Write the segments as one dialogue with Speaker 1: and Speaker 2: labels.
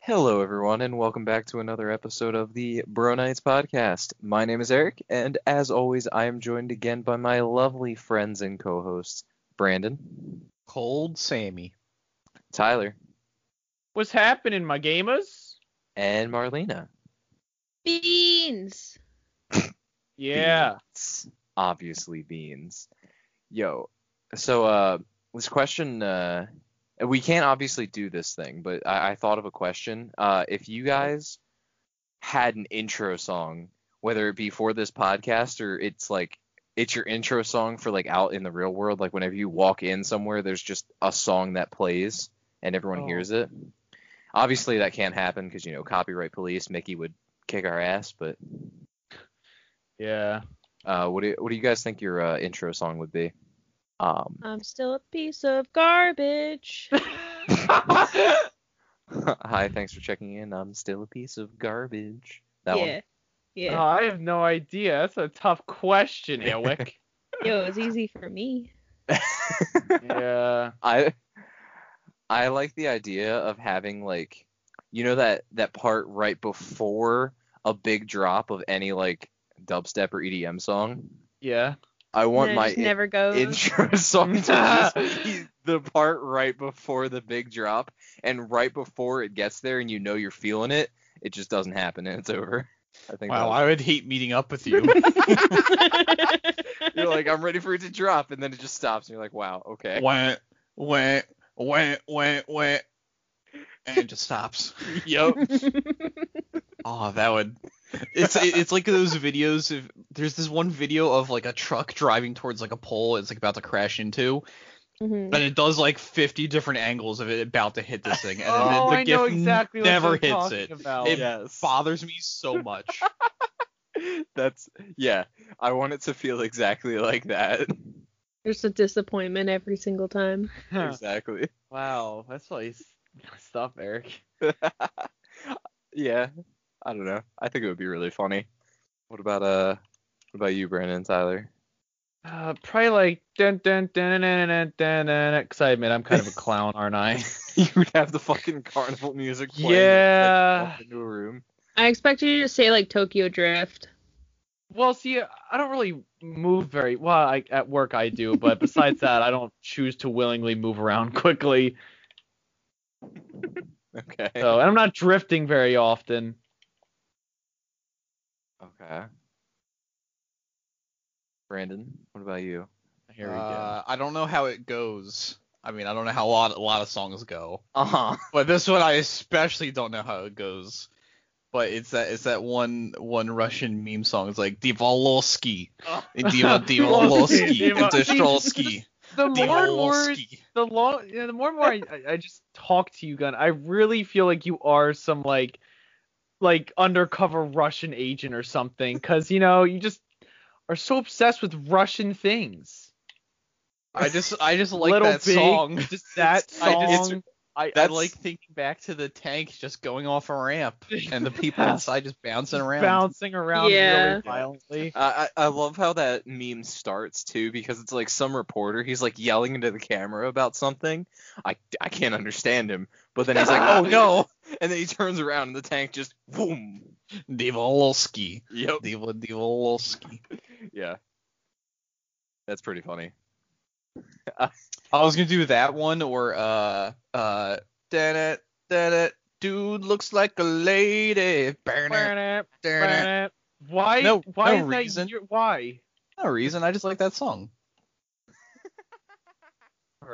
Speaker 1: Hello, everyone, and welcome back to another episode of the Bro Nights podcast. My name is Eric, and as always, I am joined again by my lovely friends and co-hosts, Brandon,
Speaker 2: Cold Sammy.
Speaker 1: Tyler,
Speaker 3: What's happening, my gamers?
Speaker 1: and Marlena.
Speaker 4: Beans.
Speaker 3: Yeah.
Speaker 1: Beans. Obviously, beans. Yo, so uh, this question, uh, we can't obviously do this thing, but I, I thought of a question. Uh, if you guys had an intro song, whether it be for this podcast or it's like it's your intro song for like out in the real world, like whenever you walk in somewhere, there's just a song that plays and everyone
Speaker 3: Oh.
Speaker 1: hears it. Obviously, that can't happen because you know copyright police. Mickey would kick our ass, but
Speaker 3: Yeah.
Speaker 1: uh, what do you, what do you guys think your uh, intro song would be? Um,
Speaker 4: I'm still a piece of garbage.
Speaker 1: hi, thanks for checking in. I'm still a piece of garbage. That
Speaker 4: yeah.
Speaker 1: one.
Speaker 3: Oh,
Speaker 4: Yeah.
Speaker 3: I have no idea. That's a tough question, Elwick.
Speaker 4: Yo, it's easy for me.
Speaker 3: yeah.
Speaker 1: I I like the idea of having like you know that that part right before a big drop of any like dubstep or EDM song.
Speaker 3: Yeah.
Speaker 1: I want
Speaker 4: And it
Speaker 1: my
Speaker 4: just
Speaker 1: in-
Speaker 4: never goes.
Speaker 1: intro song to just be the part right before the big drop, and right before it gets there, and you know you're feeling it, it just doesn't happen, and it's over. I think.
Speaker 2: Wow,
Speaker 1: that
Speaker 2: I would hate meeting up with you.
Speaker 1: was- you're like, I'm ready for it to drop, and then it just stops, and you're like, wow, okay.
Speaker 2: went, went, went, went, went, and it just stops.
Speaker 1: Yep.
Speaker 2: Oh, that would. It's it- it's like those videos. Of, there's this one video of like a truck driving towards like a pole. It's like about to crash into,
Speaker 4: Mhm.
Speaker 2: and it does like 50 different angles of it about to hit this thing, and then
Speaker 3: oh,
Speaker 2: the
Speaker 3: I
Speaker 2: GIF
Speaker 3: know exactly
Speaker 2: never
Speaker 3: what you're
Speaker 2: hits
Speaker 3: talking
Speaker 2: it.
Speaker 3: About.
Speaker 2: It
Speaker 1: yes.
Speaker 2: Bothers me so much.
Speaker 1: That's yeah. I want it to feel exactly like that.
Speaker 4: There's a disappointment every single time.
Speaker 1: exactly.
Speaker 3: wow, that's why he's stuff, Eric.
Speaker 1: Yeah. I don't know. I think it would be really funny. What about uh? What about you, Brandon Tyler?
Speaker 3: Uh, probably like dun dun dun dun dun dun dun. Because I admit I'm kind of a clown, aren't I?
Speaker 1: you would have the fucking carnival music playing.
Speaker 3: Yeah.
Speaker 1: Walk into a room.
Speaker 4: I expected you to say like Tokyo Drift.
Speaker 3: Well, see, I don't really move very well. I, at work, I do, but besides that, I don't choose to willingly move around quickly.
Speaker 1: Okay.
Speaker 3: So, and I'm not drifting very often.
Speaker 1: Okay. Brandon, what about you?
Speaker 3: Here we
Speaker 2: Uh, I don't know how it goes. I mean, I don't know how a lot, a lot of songs go.
Speaker 1: Uh huh.
Speaker 2: But this one I especially don't know how it goes. But it's that it's that one one Russian meme song. It's like Divolosky, Diva Divolosky,
Speaker 3: Oh. Divo-
Speaker 2: and Dostoevsky,
Speaker 3: go. The more and more,
Speaker 2: Divolosky.
Speaker 3: the long, yeah, the more and more I, I- I just talk to you, Gun. I really feel like you are some like, like undercover Russian agent or something, because you know you just are so obsessed with Russian things.
Speaker 2: I just I just like
Speaker 3: Little
Speaker 2: that
Speaker 3: Big,
Speaker 2: song.
Speaker 3: Just that
Speaker 2: I
Speaker 3: song.
Speaker 2: just-
Speaker 3: I,
Speaker 2: I
Speaker 1: that's-
Speaker 2: like thinking back to the tank just going off a ramp and the people
Speaker 3: Yeah.
Speaker 2: inside just bouncing
Speaker 3: Just
Speaker 2: around.
Speaker 3: bouncing around
Speaker 4: Yeah.
Speaker 3: really violently.
Speaker 1: I, I I love how that meme starts too because it's like some reporter he's like yelling into the camera about something I, I can't understand him but then he's like oh no and then he turns around and the tank just boom
Speaker 2: Divolosky,
Speaker 1: yep
Speaker 2: Diva Divolosky.
Speaker 1: yeah that's pretty funny
Speaker 2: I was gonna do that one or uh uh damn it damn it dude looks like a lady. Burn it. Darn it.
Speaker 3: Why?
Speaker 2: No-
Speaker 3: why
Speaker 2: no
Speaker 3: is that
Speaker 2: reason.
Speaker 3: your- why?
Speaker 2: No reason. I just like that song.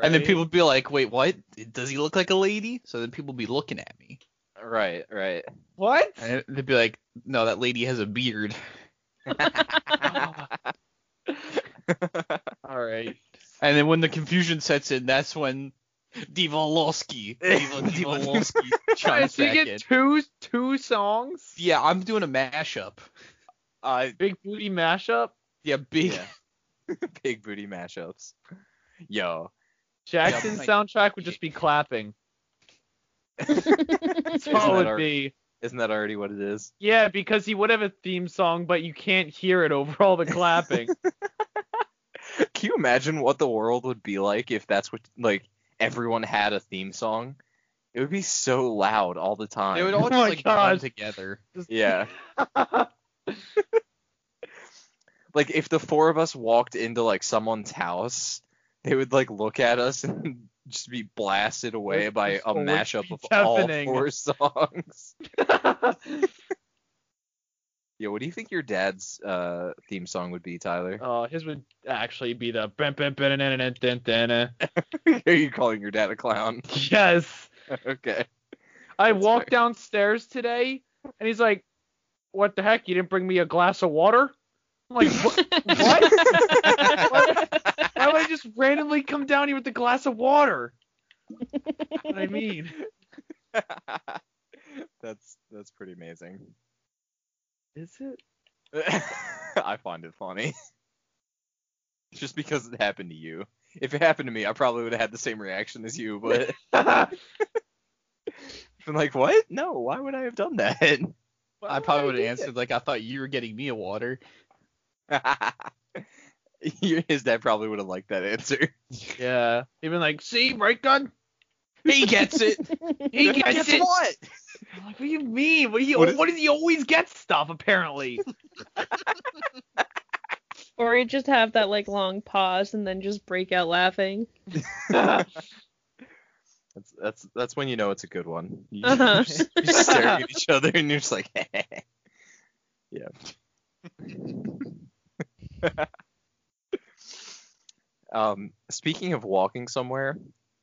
Speaker 2: And then people would be like, wait, what? Does he look like a lady? So then people would be looking at me.
Speaker 1: right right
Speaker 3: What?
Speaker 2: And it- they'd be like, no, that lady has a beard.
Speaker 3: All right.
Speaker 2: And then when the confusion sets in, that's when Divolosky, Diva- Divolosky chimes
Speaker 3: Guys, we
Speaker 2: back
Speaker 3: get
Speaker 2: in.
Speaker 3: two two songs.
Speaker 2: Yeah, I'm doing a mashup.
Speaker 1: uh,
Speaker 3: Big booty mashup.
Speaker 2: Yeah, big.
Speaker 1: yeah. big booty mashups yo
Speaker 3: Jackson's
Speaker 2: like-
Speaker 3: soundtrack would just be clapping. That's
Speaker 1: Isn't
Speaker 3: all
Speaker 1: that
Speaker 3: it
Speaker 1: our-
Speaker 3: would be.
Speaker 1: isn't that already what it is
Speaker 3: Yeah, because he would have a theme song, but you can't hear it over all the clapping.
Speaker 1: Can you imagine what the world would be like if that's what like everyone had a theme song? It would be so loud all the time.
Speaker 2: They would all
Speaker 3: Oh
Speaker 2: just
Speaker 3: my
Speaker 2: like
Speaker 3: God.
Speaker 2: come together.
Speaker 1: yeah. Like if the four of us walked into like someone's house, they would like look at us and just be blasted away
Speaker 3: This
Speaker 1: by
Speaker 3: is
Speaker 1: a
Speaker 3: what would
Speaker 1: mashup
Speaker 3: be
Speaker 1: of all
Speaker 3: happening.
Speaker 1: four songs. Yeah, what do you think your dad's uh theme song would be, Tyler?
Speaker 3: Oh, his would actually be the bam, bam, bam, na, na, na, na, na. Uh,
Speaker 1: Are you calling your dad a clown?
Speaker 3: yes.
Speaker 1: okay.
Speaker 3: I
Speaker 1: That's
Speaker 3: walked
Speaker 1: fair.
Speaker 3: downstairs today, and he's like, "What the heck? You didn't bring me a glass of water?" I'm like, "What? what? Why, why would I just randomly come down here with a glass of water?" What I mean,
Speaker 1: that's that's pretty amazing.
Speaker 3: is it?
Speaker 1: I find it funny. Just because it happened to you. If it happened to me, I probably would have had the same reaction as you, but I'm like, what? No, why would I have done that?
Speaker 2: I probably would have answered like I thought you were getting me a water.
Speaker 1: Your- His dad probably would have liked that answer.
Speaker 3: Yeah. Even like, see, right gun?
Speaker 2: He gets it.
Speaker 3: He gets
Speaker 1: Guess
Speaker 3: it.
Speaker 1: what?
Speaker 3: I'm like, what do you mean? What do you?
Speaker 1: What
Speaker 3: What,
Speaker 1: is-
Speaker 3: does he always get stuff? Apparently.
Speaker 4: Or you just have that like long pause and then just break out laughing.
Speaker 3: Um,
Speaker 1: That's that's that's when you know it's a good one. You
Speaker 4: Uh-huh.
Speaker 1: just, you just stare at each other and you're just like, yeah. um, speaking of walking somewhere,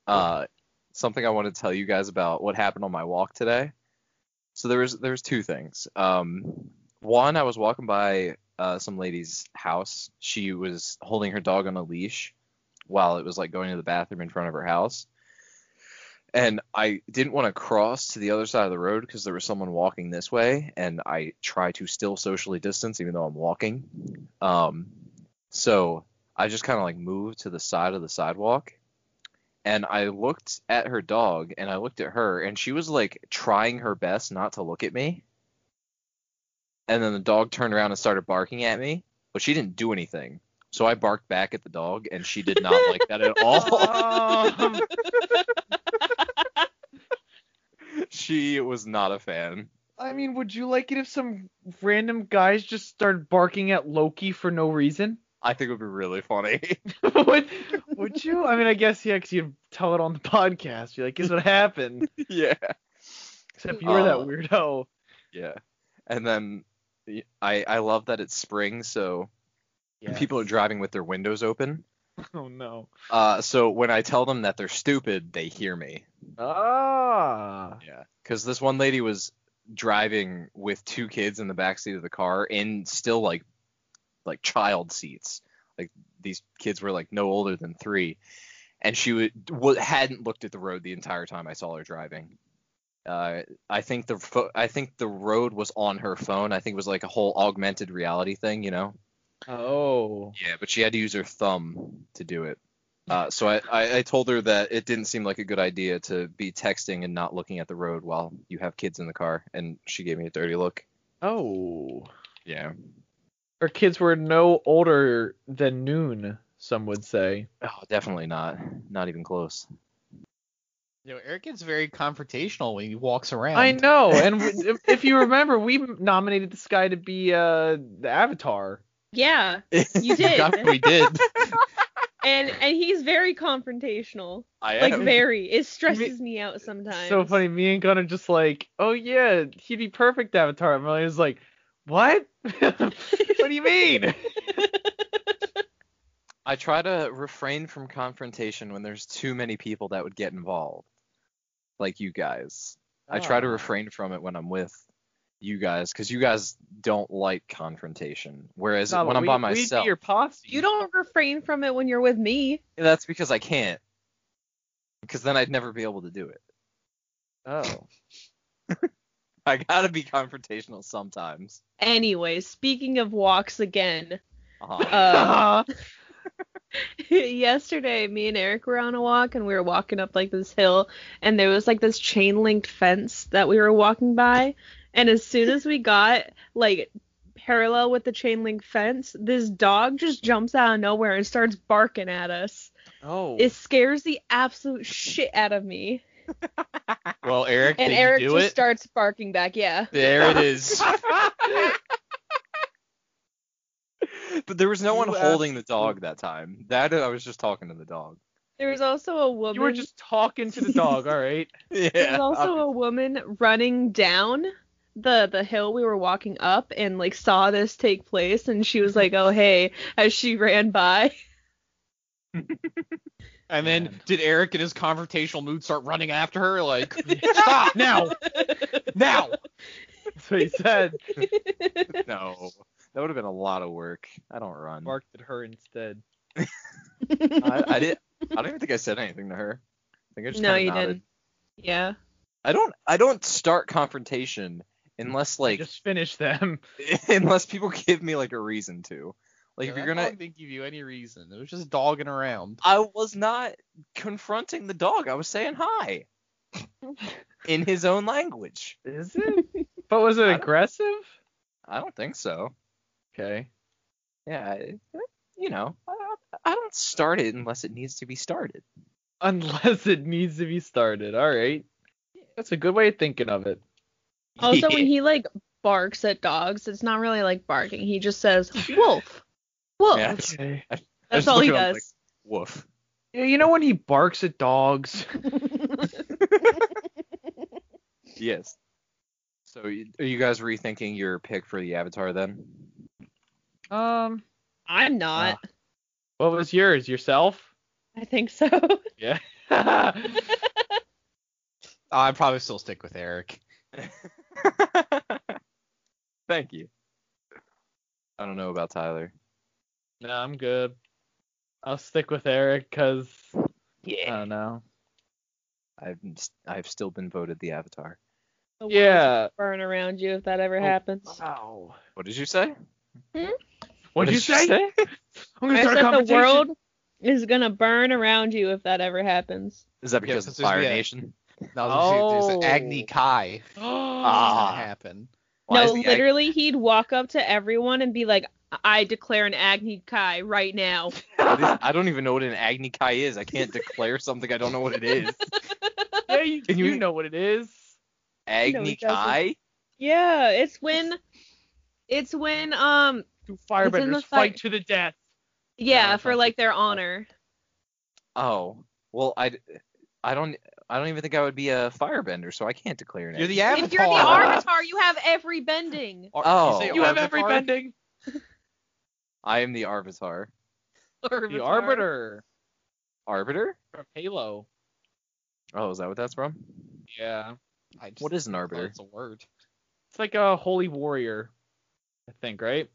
Speaker 1: uh, something I want to tell you guys about what happened on my walk today. So there was there was two things. Um, one, I was walking by uh, some lady's house. She was holding her dog on a leash while it was like going to the bathroom in front of her house and I didn't want to cross to the other side of the road because there was someone walking this way, and I try to still socially distance even though I'm walking. Um, so I just kind of like moved to the side of the sidewalk, and I looked at her dog, and I looked at her, and she was like trying her best not to look at me. And then the dog turned around and started barking at me, but she didn't do anything. So I barked back at the dog, and she did not like that at all.
Speaker 3: um,
Speaker 1: she was not a fan.
Speaker 3: I mean, would you like it if some random guys just started barking at Loki for no reason?
Speaker 1: I think it would be really funny.
Speaker 3: would, would you? I mean, I guess yeah, 'cause you'd tell it on the podcast. You're like, "Guess what happened?"
Speaker 1: yeah.
Speaker 3: Except you were that
Speaker 1: Uh,
Speaker 3: weirdo.
Speaker 1: Yeah. And then y- I I love that it's spring, so people are driving with their windows open.
Speaker 3: Oh no.
Speaker 1: Uh, so when I tell them that they're stupid, they hear me.
Speaker 3: Ah.
Speaker 1: Yeah. Because this one lady was driving with two kids in the backseat of the car in still like like child seats. Like these kids were like no older than three, and she would w- hadn't looked at the road the entire time I saw her driving. Uh, I think the pho- I think the road was on her phone. I think it was like a whole augmented reality thing, you know.
Speaker 3: Oh.
Speaker 1: Yeah, but she had to use her thumb to do it. Uh, so I, I, I told her that it didn't seem like a good idea to be texting and not looking at the road while you have kids in the car, and she gave me a dirty look.
Speaker 3: Oh.
Speaker 1: Yeah.
Speaker 3: Her kids were no older than noon, some would say.
Speaker 1: Oh, definitely not. Not even close.
Speaker 2: You know, Eric gets very confrontational when he walks around.
Speaker 3: I know, and w- if, if you remember, we nominated this guy to be uh the Avatar.
Speaker 4: Yeah, you did.
Speaker 2: God, we did.
Speaker 4: and and he's very confrontational.
Speaker 1: I
Speaker 4: Like
Speaker 1: am.
Speaker 4: very. It stresses me out sometimes.
Speaker 3: So funny, me and Gunnar just like, oh yeah, he'd be perfect Avatar. And Marlene was like, what? what do you mean?
Speaker 1: I try to refrain from confrontation when there's too many people that would get involved, like you guys. I try to
Speaker 3: Ah.
Speaker 1: refrain from it when I'm with you guys, because you guys don't like confrontation. Whereas
Speaker 3: No,
Speaker 1: when
Speaker 3: but
Speaker 1: I'm
Speaker 3: we-
Speaker 1: by
Speaker 3: we'd be
Speaker 1: myself,
Speaker 3: your posse.
Speaker 4: You don't refrain from it when you're with me.
Speaker 1: that's because I can't. Because then I'd never be able to do it.
Speaker 3: Oh.
Speaker 1: I gotta be confrontational sometimes.
Speaker 4: Anyways, speaking of walks again,
Speaker 1: Uh-huh.
Speaker 4: uh,
Speaker 3: Uh,
Speaker 4: yesterday me and eric were on a walk and we were walking up like this hill and there was like this chain linked fence that we were walking by and as soon as we got like parallel with the chain link fence this dog just jumps out of nowhere and starts barking at us
Speaker 3: oh.
Speaker 4: it scares the absolute shit out of me
Speaker 2: Well, Eric,
Speaker 5: And
Speaker 2: did
Speaker 5: Eric
Speaker 2: you
Speaker 5: just
Speaker 2: do it?
Speaker 5: starts barking back. Yeah.
Speaker 2: there it is.
Speaker 1: But there was no one
Speaker 3: You
Speaker 1: holding the dog that time. That I was just talking to the dog.
Speaker 4: There was also a woman.
Speaker 3: you were just talking to the dog, all right?
Speaker 2: yeah.
Speaker 4: There was also a woman running down the the hill we were walking up and like saw this take place and she was like, "Oh hey," as she ran by.
Speaker 2: And then did Eric in his confrontational mood start running after her? Like,
Speaker 3: Stop now.
Speaker 2: now!
Speaker 3: That's what he said.
Speaker 1: No, that would have been a lot of work. I don't run.
Speaker 3: Marked at her instead.
Speaker 1: I, I did. I don't even think I said anything to her. I think I just
Speaker 4: No,
Speaker 1: kinda
Speaker 4: you
Speaker 1: nodded.
Speaker 4: didn't. Yeah.
Speaker 1: I don't. I don't start confrontation unless
Speaker 3: Like,
Speaker 1: like
Speaker 3: just finish them.
Speaker 1: unless people give me like a reason to. Like if you're
Speaker 2: I
Speaker 1: gonna.
Speaker 2: didn't give you any reason. It was just dogging around.
Speaker 1: I was not confronting the dog. I was saying hi. In his own language.
Speaker 3: Is it? But was it
Speaker 1: I don't-
Speaker 3: aggressive?
Speaker 1: I don't think so.
Speaker 3: Okay.
Speaker 1: Yeah, I- you know, I, I don't start it unless it needs to be started.
Speaker 3: Unless it needs to be started. All right. That's a good way of thinking of it.
Speaker 4: Also, Oh, when he like barks at dogs, it's not really like barking. He just says, "Wolf, wolf."
Speaker 1: Yeah.
Speaker 3: Okay.
Speaker 1: I just
Speaker 4: That's all
Speaker 1: look
Speaker 4: he
Speaker 1: at him,
Speaker 4: does.
Speaker 1: Woof.
Speaker 3: Yeah, you know when he barks at dogs?
Speaker 1: Yes. So y- are you guys rethinking your pick for the avatar then?
Speaker 3: Um,
Speaker 4: I'm not.
Speaker 3: "Ah." what was yours? Yourself?
Speaker 4: I think so.
Speaker 3: Yeah.
Speaker 2: I'd probably still stick with Eric.
Speaker 1: Thank you. I don't know about Tyler.
Speaker 3: no, I'm good. I'll stick with Eric because I
Speaker 1: Yeah.
Speaker 3: don't know.
Speaker 1: I've s- I've still been voted the avatar.
Speaker 4: The world
Speaker 3: Yeah.
Speaker 4: will Burn around you if that ever
Speaker 3: Oh.
Speaker 4: happens.
Speaker 3: Wow.
Speaker 1: What did you say?
Speaker 3: What did you say? I'm
Speaker 4: I
Speaker 3: gonna start a
Speaker 4: said the
Speaker 3: conversation.
Speaker 4: world is gonna burn around you if that ever happens.
Speaker 1: Is that
Speaker 2: Yeah,
Speaker 1: because
Speaker 2: since
Speaker 1: of
Speaker 2: there's
Speaker 1: Fire
Speaker 2: the-
Speaker 1: Nation?
Speaker 2: No, there's, there's
Speaker 3: Oh.
Speaker 2: an Agni Kai.
Speaker 1: Ah.
Speaker 2: That happened.
Speaker 1: Why
Speaker 4: no,
Speaker 1: is the egg-
Speaker 4: literally, he'd walk up to everyone and be like, "I declare an Agni Kai right now."
Speaker 1: What is- I don't even know what an Agni Kai is. I can't declare something I don't know what it is.
Speaker 3: yeah, you,
Speaker 1: Can
Speaker 3: you
Speaker 1: you-
Speaker 3: know what it is.
Speaker 1: Agni
Speaker 4: doesn't.
Speaker 1: Kai?
Speaker 4: yeah, it's when, it's when um
Speaker 3: Two
Speaker 4: It's in
Speaker 3: firebenders
Speaker 4: the
Speaker 3: fight
Speaker 4: fight.
Speaker 3: to the death.
Speaker 4: yeah
Speaker 1: Yeah,
Speaker 4: for like their honor.
Speaker 1: Oh, well, I, I don't, I don't even think I would be a firebender, so I can't declare an
Speaker 2: You're
Speaker 1: Agni.
Speaker 2: the Avatar.
Speaker 4: If you're the Avatar, you have every bending.
Speaker 2: Ar-
Speaker 1: Oh.
Speaker 2: say
Speaker 3: You have
Speaker 2: Arvitar?
Speaker 3: every bending.
Speaker 1: I am the Arvitar.
Speaker 3: The Arbiter
Speaker 1: Arbiter?
Speaker 3: from Halo.
Speaker 1: Oh, is that what that's from?
Speaker 3: Yeah.
Speaker 2: I just
Speaker 1: What is an
Speaker 2: thought
Speaker 1: arbiter?
Speaker 2: It's a word.
Speaker 3: It's like a holy warrior, I think, right?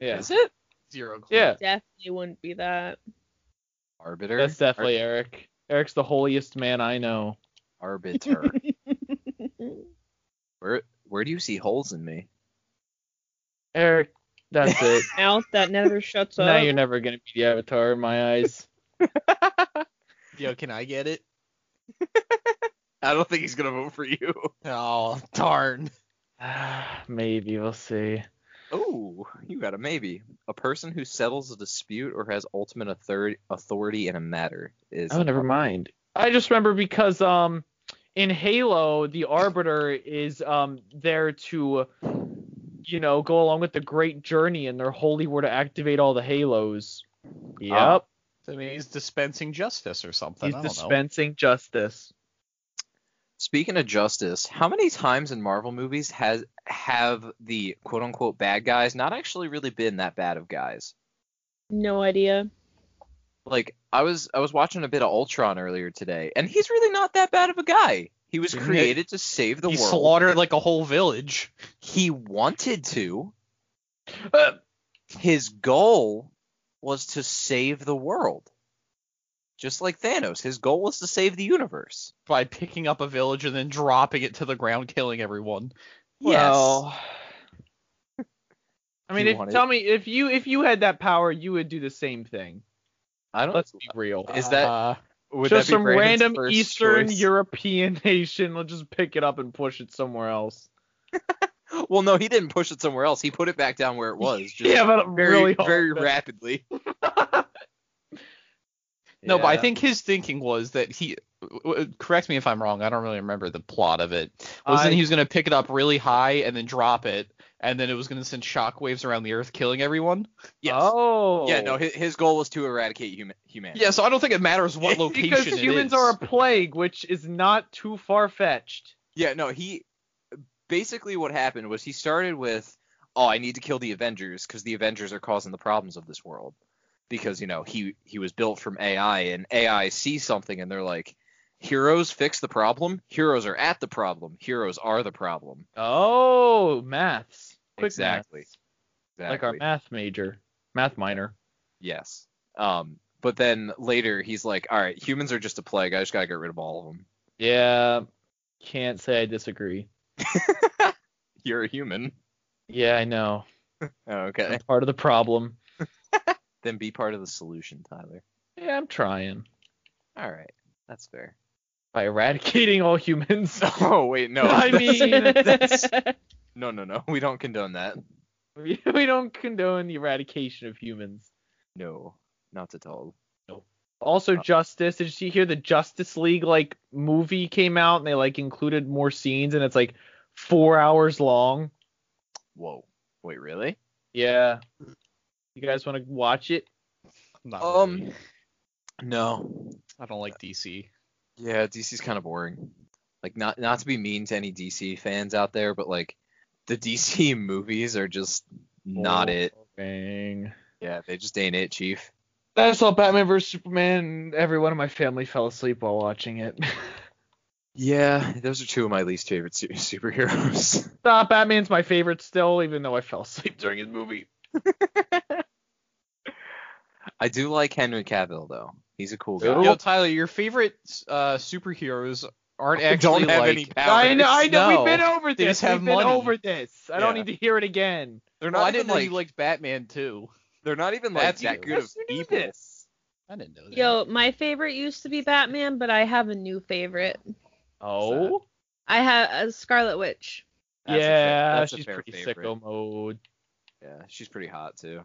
Speaker 3: Yeah.
Speaker 1: Is it?
Speaker 2: Zero. Clue.
Speaker 3: Yeah.
Speaker 4: Definitely wouldn't be that.
Speaker 1: Arbiter.
Speaker 3: That's definitely Eric. Eric's the holiest man I know.
Speaker 1: Ar- arbiter. where, where do you see holes in me?
Speaker 3: Eric, that's it.
Speaker 4: Mouth that never shuts
Speaker 3: now
Speaker 4: up.
Speaker 3: you're never gonna be the Avatar in my eyes.
Speaker 2: Yo, can I get it?
Speaker 1: I don't think he's gonna vote for you.
Speaker 2: Oh, darn.
Speaker 3: Ah, Maybe we'll see.
Speaker 1: Oh, you got a maybe. A person who settles a dispute or has ultimate authority authority in a matter is.
Speaker 3: Oh, never mind. I just remember because um, in Halo, the Arbiter is um there to, you know, go along with the Great Journey, and their holy were to activate all the Halos. Yep.
Speaker 1: Ah,
Speaker 2: So I mean, he's dispensing justice or something.
Speaker 3: He's
Speaker 2: I don't
Speaker 3: dispensing justice.
Speaker 1: Speaking of justice, how many times in Marvel movies has have the quote unquote bad guys not actually really been that bad of guys?
Speaker 4: No idea.
Speaker 1: Like I was I was watching a bit of Ultron earlier today, and he's really not that bad of a guy. He was
Speaker 2: Isn't it-
Speaker 1: created to save the
Speaker 2: know. He
Speaker 1: world.
Speaker 2: slaughtered like a whole village.
Speaker 1: he wanted to.
Speaker 3: Uh,
Speaker 1: His goal was to save the world. Just like Thanos, his goal was to save the universe.
Speaker 2: by picking up a village and then dropping it to the ground, killing everyone.
Speaker 3: Well, I mean,
Speaker 1: You
Speaker 3: if,
Speaker 1: want it?
Speaker 3: tell me if you if you had that power, you would do the same thing.
Speaker 1: I don't.
Speaker 3: Let's be real.
Speaker 1: Is that-
Speaker 2: Uh,
Speaker 1: would
Speaker 3: just
Speaker 1: that be
Speaker 3: some
Speaker 1: Brandon's
Speaker 3: random
Speaker 1: first
Speaker 3: Eastern
Speaker 1: choice?
Speaker 3: European nation. We'll just pick it up and push it somewhere else.
Speaker 1: Well, no, he didn't push it somewhere else. He put it back down where it was. Just
Speaker 3: yeah, but
Speaker 1: very,
Speaker 3: really hard.
Speaker 1: very rapidly.
Speaker 2: no, but I
Speaker 3: Yeah.
Speaker 2: think his thinking was that he w- w- correct me if I'm wrong. I don't really remember the plot of it. Wasn't
Speaker 3: I-
Speaker 2: he was gonna pick it up really high and then drop it, and then it was gonna send shockwaves around the Earth, killing everyone?
Speaker 1: Yes.
Speaker 3: Oh.
Speaker 1: Yeah, no, his, his goal was to eradicate hum- humanity.
Speaker 2: Yeah. So I don't think it matters what location
Speaker 3: because
Speaker 2: it
Speaker 3: humans
Speaker 2: is.
Speaker 3: are a plague, which is not too far fetched.
Speaker 1: Yeah, no, he basically what happened was he started with, "Oh, I need to kill the Avengers because the Avengers are causing the problems of this world." Because, you know, he he was built from AI and AI sees something and they're like, "Heroes fix the problem. Heroes are at the problem. Heroes are the problem."
Speaker 3: Oh, maths. Quick
Speaker 1: Exactly.
Speaker 3: maths.
Speaker 1: Exactly.
Speaker 3: Like our math major, math minor.
Speaker 1: Yes. Um, but then later he's like, "All right, humans are just a plague. I just got to get rid of all of them."
Speaker 3: Yeah. Can't say I disagree.
Speaker 1: You're a human.
Speaker 3: Yeah, I know.
Speaker 1: Oh, okay.
Speaker 3: I'm part of the problem.
Speaker 1: Then be part of the solution, Tyler.
Speaker 3: Yeah, I'm trying.
Speaker 1: All right. That's fair.
Speaker 3: By eradicating all humans.
Speaker 1: Oh, wait, no.
Speaker 3: I
Speaker 1: that's-
Speaker 3: mean,
Speaker 1: that's- No, no, no. We don't condone that.
Speaker 3: we we don't condone the eradication of humans.
Speaker 1: No, not at all.
Speaker 3: Also,
Speaker 2: Uh.
Speaker 3: Justice. Did you hear the Justice League like movie came out and they like included more scenes and it's like four hours long?
Speaker 1: Whoa. Wait, really?
Speaker 3: Yeah. You guys want to watch it?
Speaker 2: Not really.
Speaker 1: Um, no.
Speaker 2: I don't like DC.
Speaker 1: Yeah, DC's kind of boring. Like, not not to be mean to any DC fans out there, but like, the DC movies are just not it.
Speaker 3: Boring.
Speaker 1: Yeah, they just ain't it, Chief.
Speaker 3: I saw Batman vs Superman. Everyone in my family fell asleep while watching it.
Speaker 1: Yeah, those are two of my least favorite su- superheroes.
Speaker 3: Stop. Batman's my favorite still, even though I fell asleep during his movie.
Speaker 1: I do like Henry Cavill though. He's a cool guy.
Speaker 3: Yo,
Speaker 2: Yo, Tyler, your favorite uh, superheroes aren't actually
Speaker 1: don't have
Speaker 2: like
Speaker 1: any powers.
Speaker 3: I know. I know.
Speaker 2: No,
Speaker 3: We've been over
Speaker 2: they just
Speaker 3: this.
Speaker 2: have
Speaker 3: We've been
Speaker 2: money.
Speaker 3: over this. I don't
Speaker 1: Yeah.
Speaker 3: need to hear it again.
Speaker 1: They're
Speaker 2: Well,
Speaker 1: not
Speaker 2: I didn't
Speaker 1: even
Speaker 2: know
Speaker 1: like
Speaker 2: you liked Batman too.
Speaker 1: they're not even like
Speaker 2: That's-
Speaker 1: that good of
Speaker 3: Yes, you knew
Speaker 1: people.
Speaker 3: this.
Speaker 2: I didn't know that.
Speaker 4: Yo, my favorite used to be Batman, but I have a new favorite.
Speaker 3: Oh.
Speaker 4: I have a Scarlet Witch.
Speaker 1: That's a fair-
Speaker 3: yeah,
Speaker 1: that's a
Speaker 3: she's
Speaker 1: fair
Speaker 3: pretty
Speaker 1: favorite.
Speaker 3: sicko mode.
Speaker 1: Yeah, she's pretty hot too.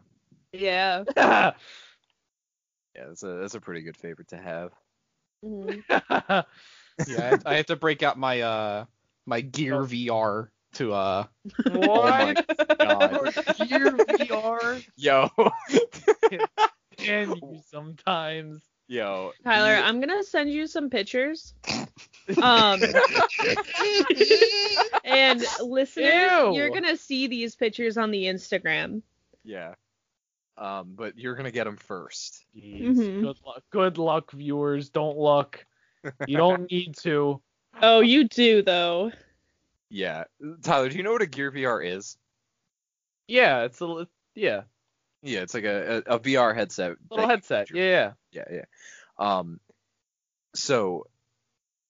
Speaker 4: Yeah.
Speaker 3: Oh
Speaker 1: Yeah, that's a that's a pretty good favorite to have.
Speaker 4: Mhm.
Speaker 2: yeah, I have, I have to break out my uh my Gear VR to uh
Speaker 3: what?
Speaker 1: Oh God.
Speaker 3: Gear VR
Speaker 1: yo,
Speaker 3: can you sometimes?
Speaker 1: yo,
Speaker 4: Tyler,
Speaker 1: you-
Speaker 4: I'm gonna send you some pictures. Um, and listeners,
Speaker 3: Ew.
Speaker 4: you're gonna see these pictures on the Instagram.
Speaker 1: yeah. Um, but you're gonna get them first.
Speaker 3: Jeez,
Speaker 4: Mhm.
Speaker 3: Good luck. Good luck, viewers. Don't look. You don't need to.
Speaker 4: Oh, you do though.
Speaker 1: Yeah, Tyler, do you know what a Gear VR is?
Speaker 3: Yeah, it's a li- yeah
Speaker 1: Yeah, it's like a a, a VR headset.
Speaker 3: little
Speaker 1: that-
Speaker 3: headset. Yeah, yeah.
Speaker 1: yeah, yeah. Um, so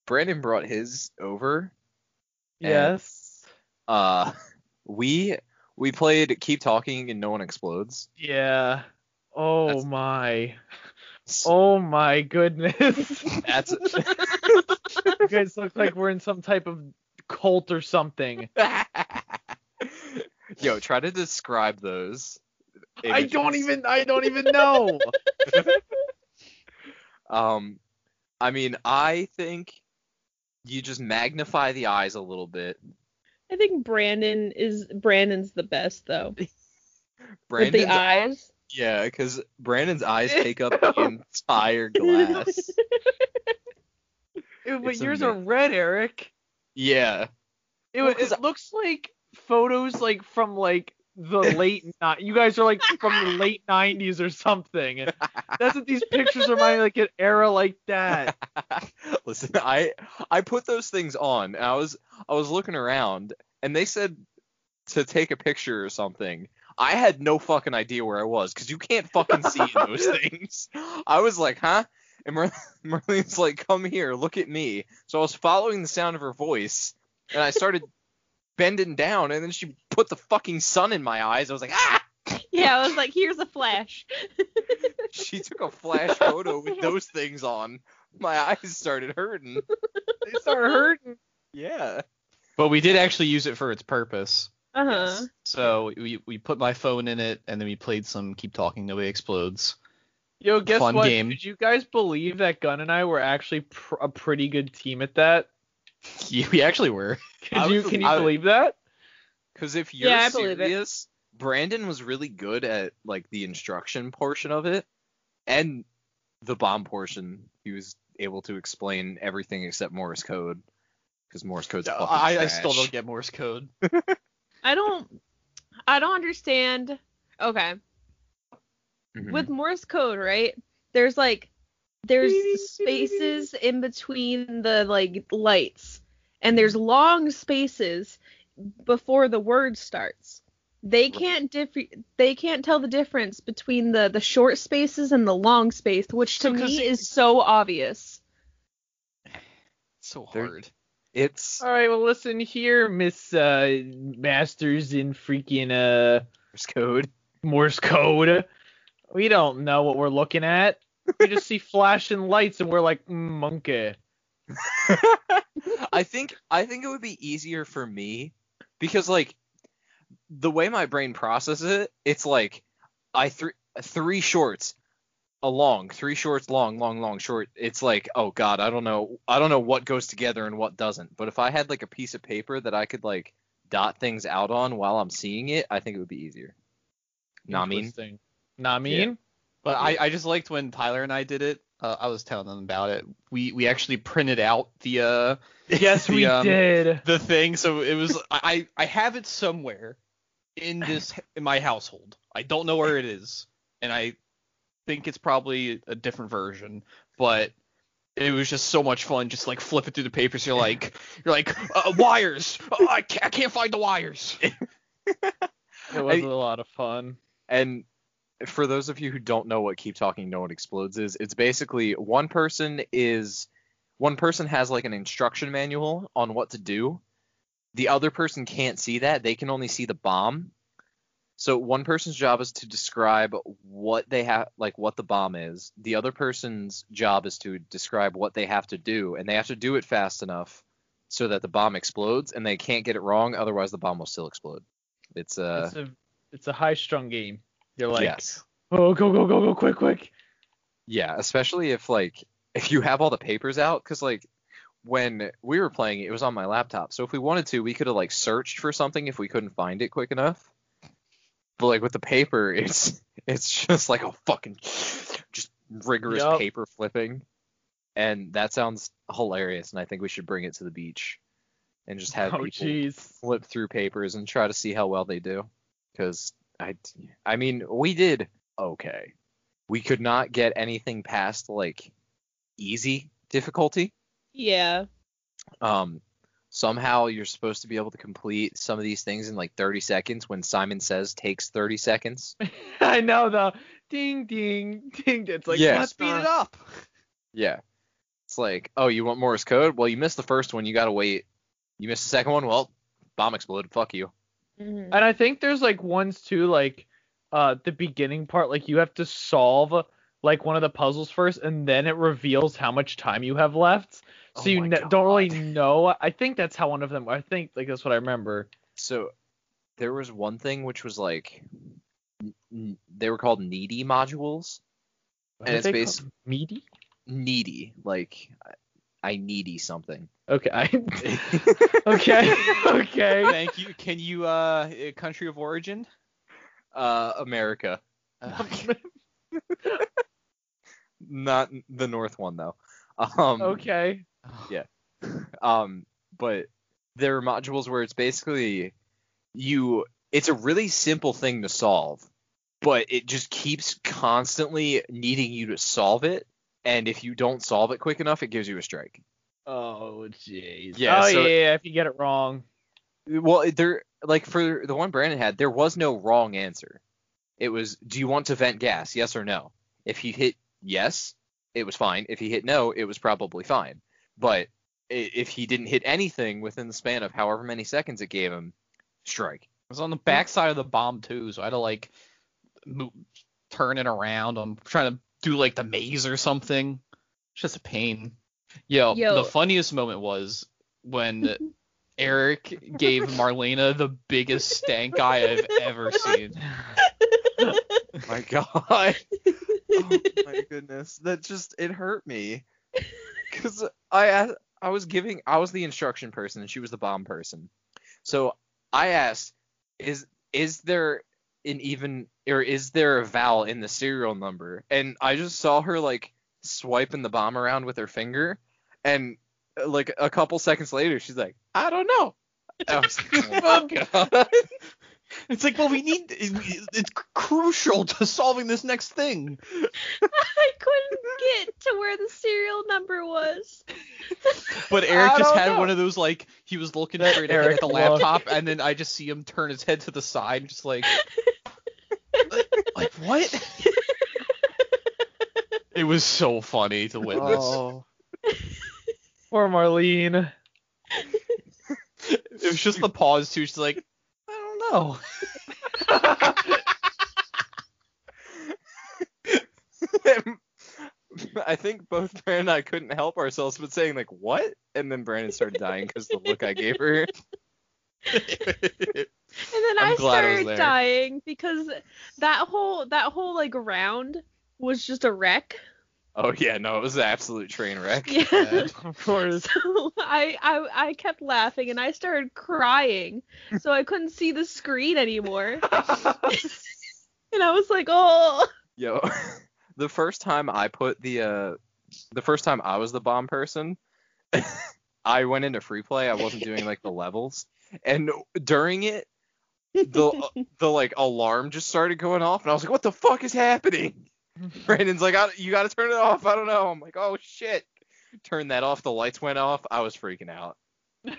Speaker 1: Brandon brought his over. And-
Speaker 3: Yes.
Speaker 1: Uh, we we played Keep Talking and No One Explodes.
Speaker 3: Yeah. Oh
Speaker 1: That's-
Speaker 3: my.
Speaker 1: So
Speaker 3: Oh my goodness.
Speaker 1: That's
Speaker 3: you guys look like we're in some type of cult or something.
Speaker 1: yo, try to describe those.
Speaker 3: I don't
Speaker 1: images.
Speaker 3: even I don't even know.
Speaker 1: Um, I mean, I think you just magnify the eyes a little bit.
Speaker 4: I think Brandon is Brandon's the best though. With
Speaker 1: Brandon's,
Speaker 4: the eyes.
Speaker 1: yeah, because Brandon's eyes take up the entire glass.
Speaker 3: Ew, but
Speaker 1: It's
Speaker 3: yours
Speaker 1: ama-
Speaker 3: are red, Eric.
Speaker 1: Yeah,
Speaker 3: It,
Speaker 1: Well, 'cause
Speaker 3: it looks like photos like from like the late ni- you guys are like from the late 90s or something. That's what these pictures remind me like an era like that.
Speaker 1: listen, I I put those things on, and I was I was looking around, and they said to take a picture or something. I had no fucking idea where I was because you can't fucking see in those things. I was like, huh? And Mer- Merlene's like, come here, look at me. So I was following the sound of her voice, and I started bending down, and then she put the fucking sun in my eyes. I was like, ah!
Speaker 4: Yeah, I was like, here's a flash.
Speaker 1: She took a flash photo with those things on. My eyes started hurting.
Speaker 3: They start hurting.
Speaker 1: Yeah.
Speaker 2: But we did actually use it for its purpose.
Speaker 4: Uh huh.
Speaker 2: So we we put my phone in it and then we played some Keep Talking Nobody Explodes.
Speaker 3: Yo, guess
Speaker 2: Fun
Speaker 3: what?
Speaker 2: game.
Speaker 3: Did you guys believe that Gun and I were actually pr- a pretty good team at that?
Speaker 2: You, we actually were.
Speaker 1: I
Speaker 3: Could you,
Speaker 1: would
Speaker 3: can you
Speaker 1: believe it.
Speaker 3: believe that?
Speaker 1: Because if you're
Speaker 4: Yeah, I believe it.
Speaker 1: serious, Brandon was really good at like the instruction portion of it, and the bomb portion. He was able to explain everything except Morse code, because Morse code's fucking
Speaker 2: I, I
Speaker 1: trash.
Speaker 2: still don't get Morse code.
Speaker 4: I don't I don't understand. Okay.
Speaker 1: Mhm.
Speaker 4: with Morse code, right? There's like there's spaces in between the like lights and there's long spaces before the word starts. They can't differ they can't tell the difference between the the short spaces and the long space, which to
Speaker 2: So 'cause
Speaker 4: me
Speaker 2: it-
Speaker 4: is so obvious.
Speaker 2: It's so
Speaker 1: They're-
Speaker 2: hard.
Speaker 1: It's
Speaker 3: All right, well listen here, Miss uh, Masters in freaking uh
Speaker 1: Morse code.
Speaker 3: Morse code. We don't know what we're looking at. We just see flashing lights and we're like, mm, monkey.
Speaker 1: I think I think it would be easier for me because like the way my brain processes it, it's like I three three shorts a long, three shorts long, long, long, short. It's like, oh god, I don't know I don't know what goes together and what doesn't. But if I had like a piece of paper that I could like dot things out on while I'm seeing it, I think it would be easier. Nah, I mean,
Speaker 3: Interesting. Nah, mean?
Speaker 2: But I, I just liked when Tyler and I did it. Uh, I was telling them about it. We we actually printed out the uh
Speaker 3: Yes,
Speaker 2: the,
Speaker 3: we
Speaker 2: um,
Speaker 3: did.
Speaker 2: the thing. So it was I I I have it somewhere in this in my household. I don't know where it is, and I think it's probably a different version. But it was just so much fun, just like flipping through the papers. You're like you're like uh, wires. Oh, I can't, I can't find the wires.
Speaker 3: It was
Speaker 1: I-
Speaker 3: a lot of fun.
Speaker 1: And for those of you who don't know what keep talking no one explodes is, it's basically one person is one person has like an instruction manual on what to do. The other person can't see that. They can only see the bomb. So one person's job is to describe what they have like what the bomb is. The other person's job is to describe what they have to do and they have to do it fast enough so that the bomb explodes and they can't get it wrong otherwise the bomb will still explode. It's uh
Speaker 3: it's a it's a high strung game. You're like,
Speaker 1: yes.
Speaker 3: oh go go go go quick quick.
Speaker 1: Yeah, especially if like if you have all the papers out, because like when we were playing it, it was on my laptop. So if we wanted to, we could have like searched for something if we couldn't find it quick enough. But like with the paper, it's it's just like a fucking just rigorous
Speaker 3: Yup.
Speaker 1: paper flipping, and that sounds hilarious. And I think we should bring it to the beach and just have
Speaker 3: oh
Speaker 1: people
Speaker 3: jeez.
Speaker 1: flip through papers and try to see how well they do. Because I, I mean, we did okay. We could not get anything past like easy difficulty.
Speaker 4: Yeah.
Speaker 1: Um, somehow you're supposed to be able to complete some of these things in like 30 seconds. When Simon says takes 30 seconds.
Speaker 3: I know the ding ding ding. It's like
Speaker 1: Yeah.
Speaker 3: let's
Speaker 2: Speed it
Speaker 3: up.
Speaker 2: up.
Speaker 1: Yeah. It's like, oh, you want Morse code? Well, you missed the first one. You gotta wait. You missed the second one. Well, bomb exploded. Fuck you.
Speaker 4: Mhm.
Speaker 3: And I think there's like ones too, like uh the beginning part, like you have to solve like one of the puzzles first, and then it reveals how much time you have left. So
Speaker 1: Oh
Speaker 3: you
Speaker 1: my
Speaker 3: ne- don't really
Speaker 1: God.
Speaker 3: know. I think that's how one of them. I think like that's what I remember.
Speaker 1: so there was one thing which was like n- n- they were called needy modules
Speaker 3: What
Speaker 1: And
Speaker 3: are
Speaker 1: it's
Speaker 3: they
Speaker 1: based-
Speaker 3: called? meaty.
Speaker 1: needy like I- i needy something
Speaker 3: Okay. I, okay. Okay.
Speaker 2: Thank you. Can you uh country of origin?
Speaker 1: uh america not the north one though um
Speaker 3: okay.
Speaker 1: um but there are modules where it's basically you it's a really simple thing to solve but it just keeps constantly needing you to solve it and if you don't solve it quick enough it gives you a strike
Speaker 3: Oh jeez.
Speaker 1: Yeah,
Speaker 3: oh
Speaker 1: so-
Speaker 3: yeah. If you get it wrong.
Speaker 1: Well, it- there like for the one Brandon had, there was no wrong answer. It was do you want to vent gas? Yes or no. If he hit yes, it was fine. If he hit no, it was probably fine. But i- if he didn't hit anything within the span of however many seconds it gave him, strike.
Speaker 2: It was on the backside of the bomb too, so I had to like mo- turn it around. I'm trying to do like the maze or something. It's just a pain. Yo,
Speaker 4: Yo.
Speaker 2: the funniest moment was when Eric gave Marlena the biggest stank eye I've ever seen.
Speaker 1: My God. oh my goodness, that just it hurt me because I a- I was giving I was the instruction person and she was the bomb person, so I asked, is is there an even or is there a vowel in the serial number? And I just saw her like swiping the bomb around with her finger, and uh, like a couple seconds later, she's like, I don't know. I was like, oh, God.
Speaker 2: It's like, well, we need. it- It's crucial to solving this next thing.
Speaker 4: I couldn't get to where the serial number was.
Speaker 2: But Eric
Speaker 1: I
Speaker 2: just
Speaker 1: don't
Speaker 2: had
Speaker 1: know.
Speaker 2: one of those like he was looking
Speaker 3: That
Speaker 2: straight ahead
Speaker 3: Eric
Speaker 2: at the
Speaker 3: look.
Speaker 2: laptop, and then I just see him turn his head to the side, and just like, like what? it was so funny to witness.
Speaker 3: Oh. Poor Marlene.
Speaker 2: It was just the pause too. She's like, I don't know.
Speaker 1: I think both Brandon and I couldn't help ourselves but saying like what, and then Brandon started dying because the look I gave her.
Speaker 4: And then
Speaker 2: I'm glad I
Speaker 4: i
Speaker 2: was
Speaker 4: started
Speaker 2: there.
Speaker 4: dying because that whole that whole like round was just a wreck.
Speaker 1: Oh yeah, no, it was an absolute train wreck.
Speaker 4: Yeah.
Speaker 2: Yeah.
Speaker 3: Of course.
Speaker 4: So I, I I kept laughing and I started crying. So I couldn't see the screen anymore. and I was like, "Oh,
Speaker 1: Yo, the first time I put the uh, the first time I was the bomb person, I went into free play. I wasn't doing like the levels, and during it, the uh, the like alarm just started going off, and I was like, what the fuck is happening? Brandon's like, I, you got to turn it off. I don't know. I'm like, oh shit. Turn that off. The lights went off. I was freaking out.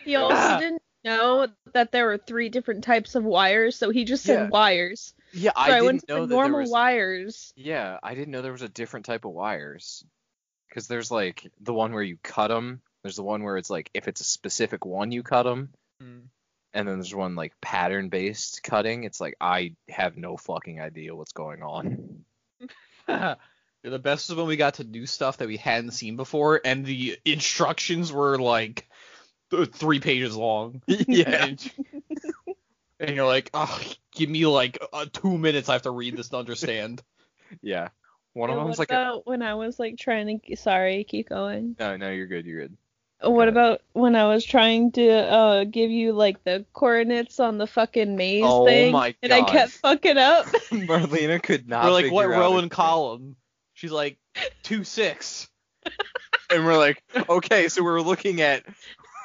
Speaker 4: you also didn't know that there were three different types of wires." So he just said
Speaker 1: Yeah.
Speaker 4: wires.
Speaker 1: Yeah,
Speaker 4: So
Speaker 1: I,
Speaker 4: I,
Speaker 1: didn't
Speaker 4: went to
Speaker 1: know
Speaker 4: the
Speaker 1: that there
Speaker 4: normal
Speaker 1: was.
Speaker 4: wires.
Speaker 1: Yeah, I didn't know there was a different type of wires. Because there's like the one where you cut them. There's the one where it's like if it's a specific one you cut them, and then there's one like pattern based cutting. It's like I have no fucking idea what's going on.
Speaker 2: the best was when we got to do stuff that we hadn't seen before, and the instructions were like th- three pages long. And, and you're like, oh, give me like uh, two minutes. I have to read this to understand.
Speaker 1: yeah. One of
Speaker 4: And
Speaker 1: them's
Speaker 4: what
Speaker 1: like a,
Speaker 4: about when I was like trying to sorry, keep going.
Speaker 1: no, no, you're good, you're good. ahead.
Speaker 4: What about when I was trying to uh, give you like the coordinates on the fucking maze
Speaker 1: Oh
Speaker 4: thing,
Speaker 1: my
Speaker 4: and I
Speaker 1: God.
Speaker 4: kept fucking up?
Speaker 1: Marlena could not.
Speaker 2: we're like, what
Speaker 1: figure out
Speaker 2: row
Speaker 1: a
Speaker 2: and
Speaker 1: thing.
Speaker 2: column? She's like, two six.
Speaker 1: And we're like, okay, so we're looking at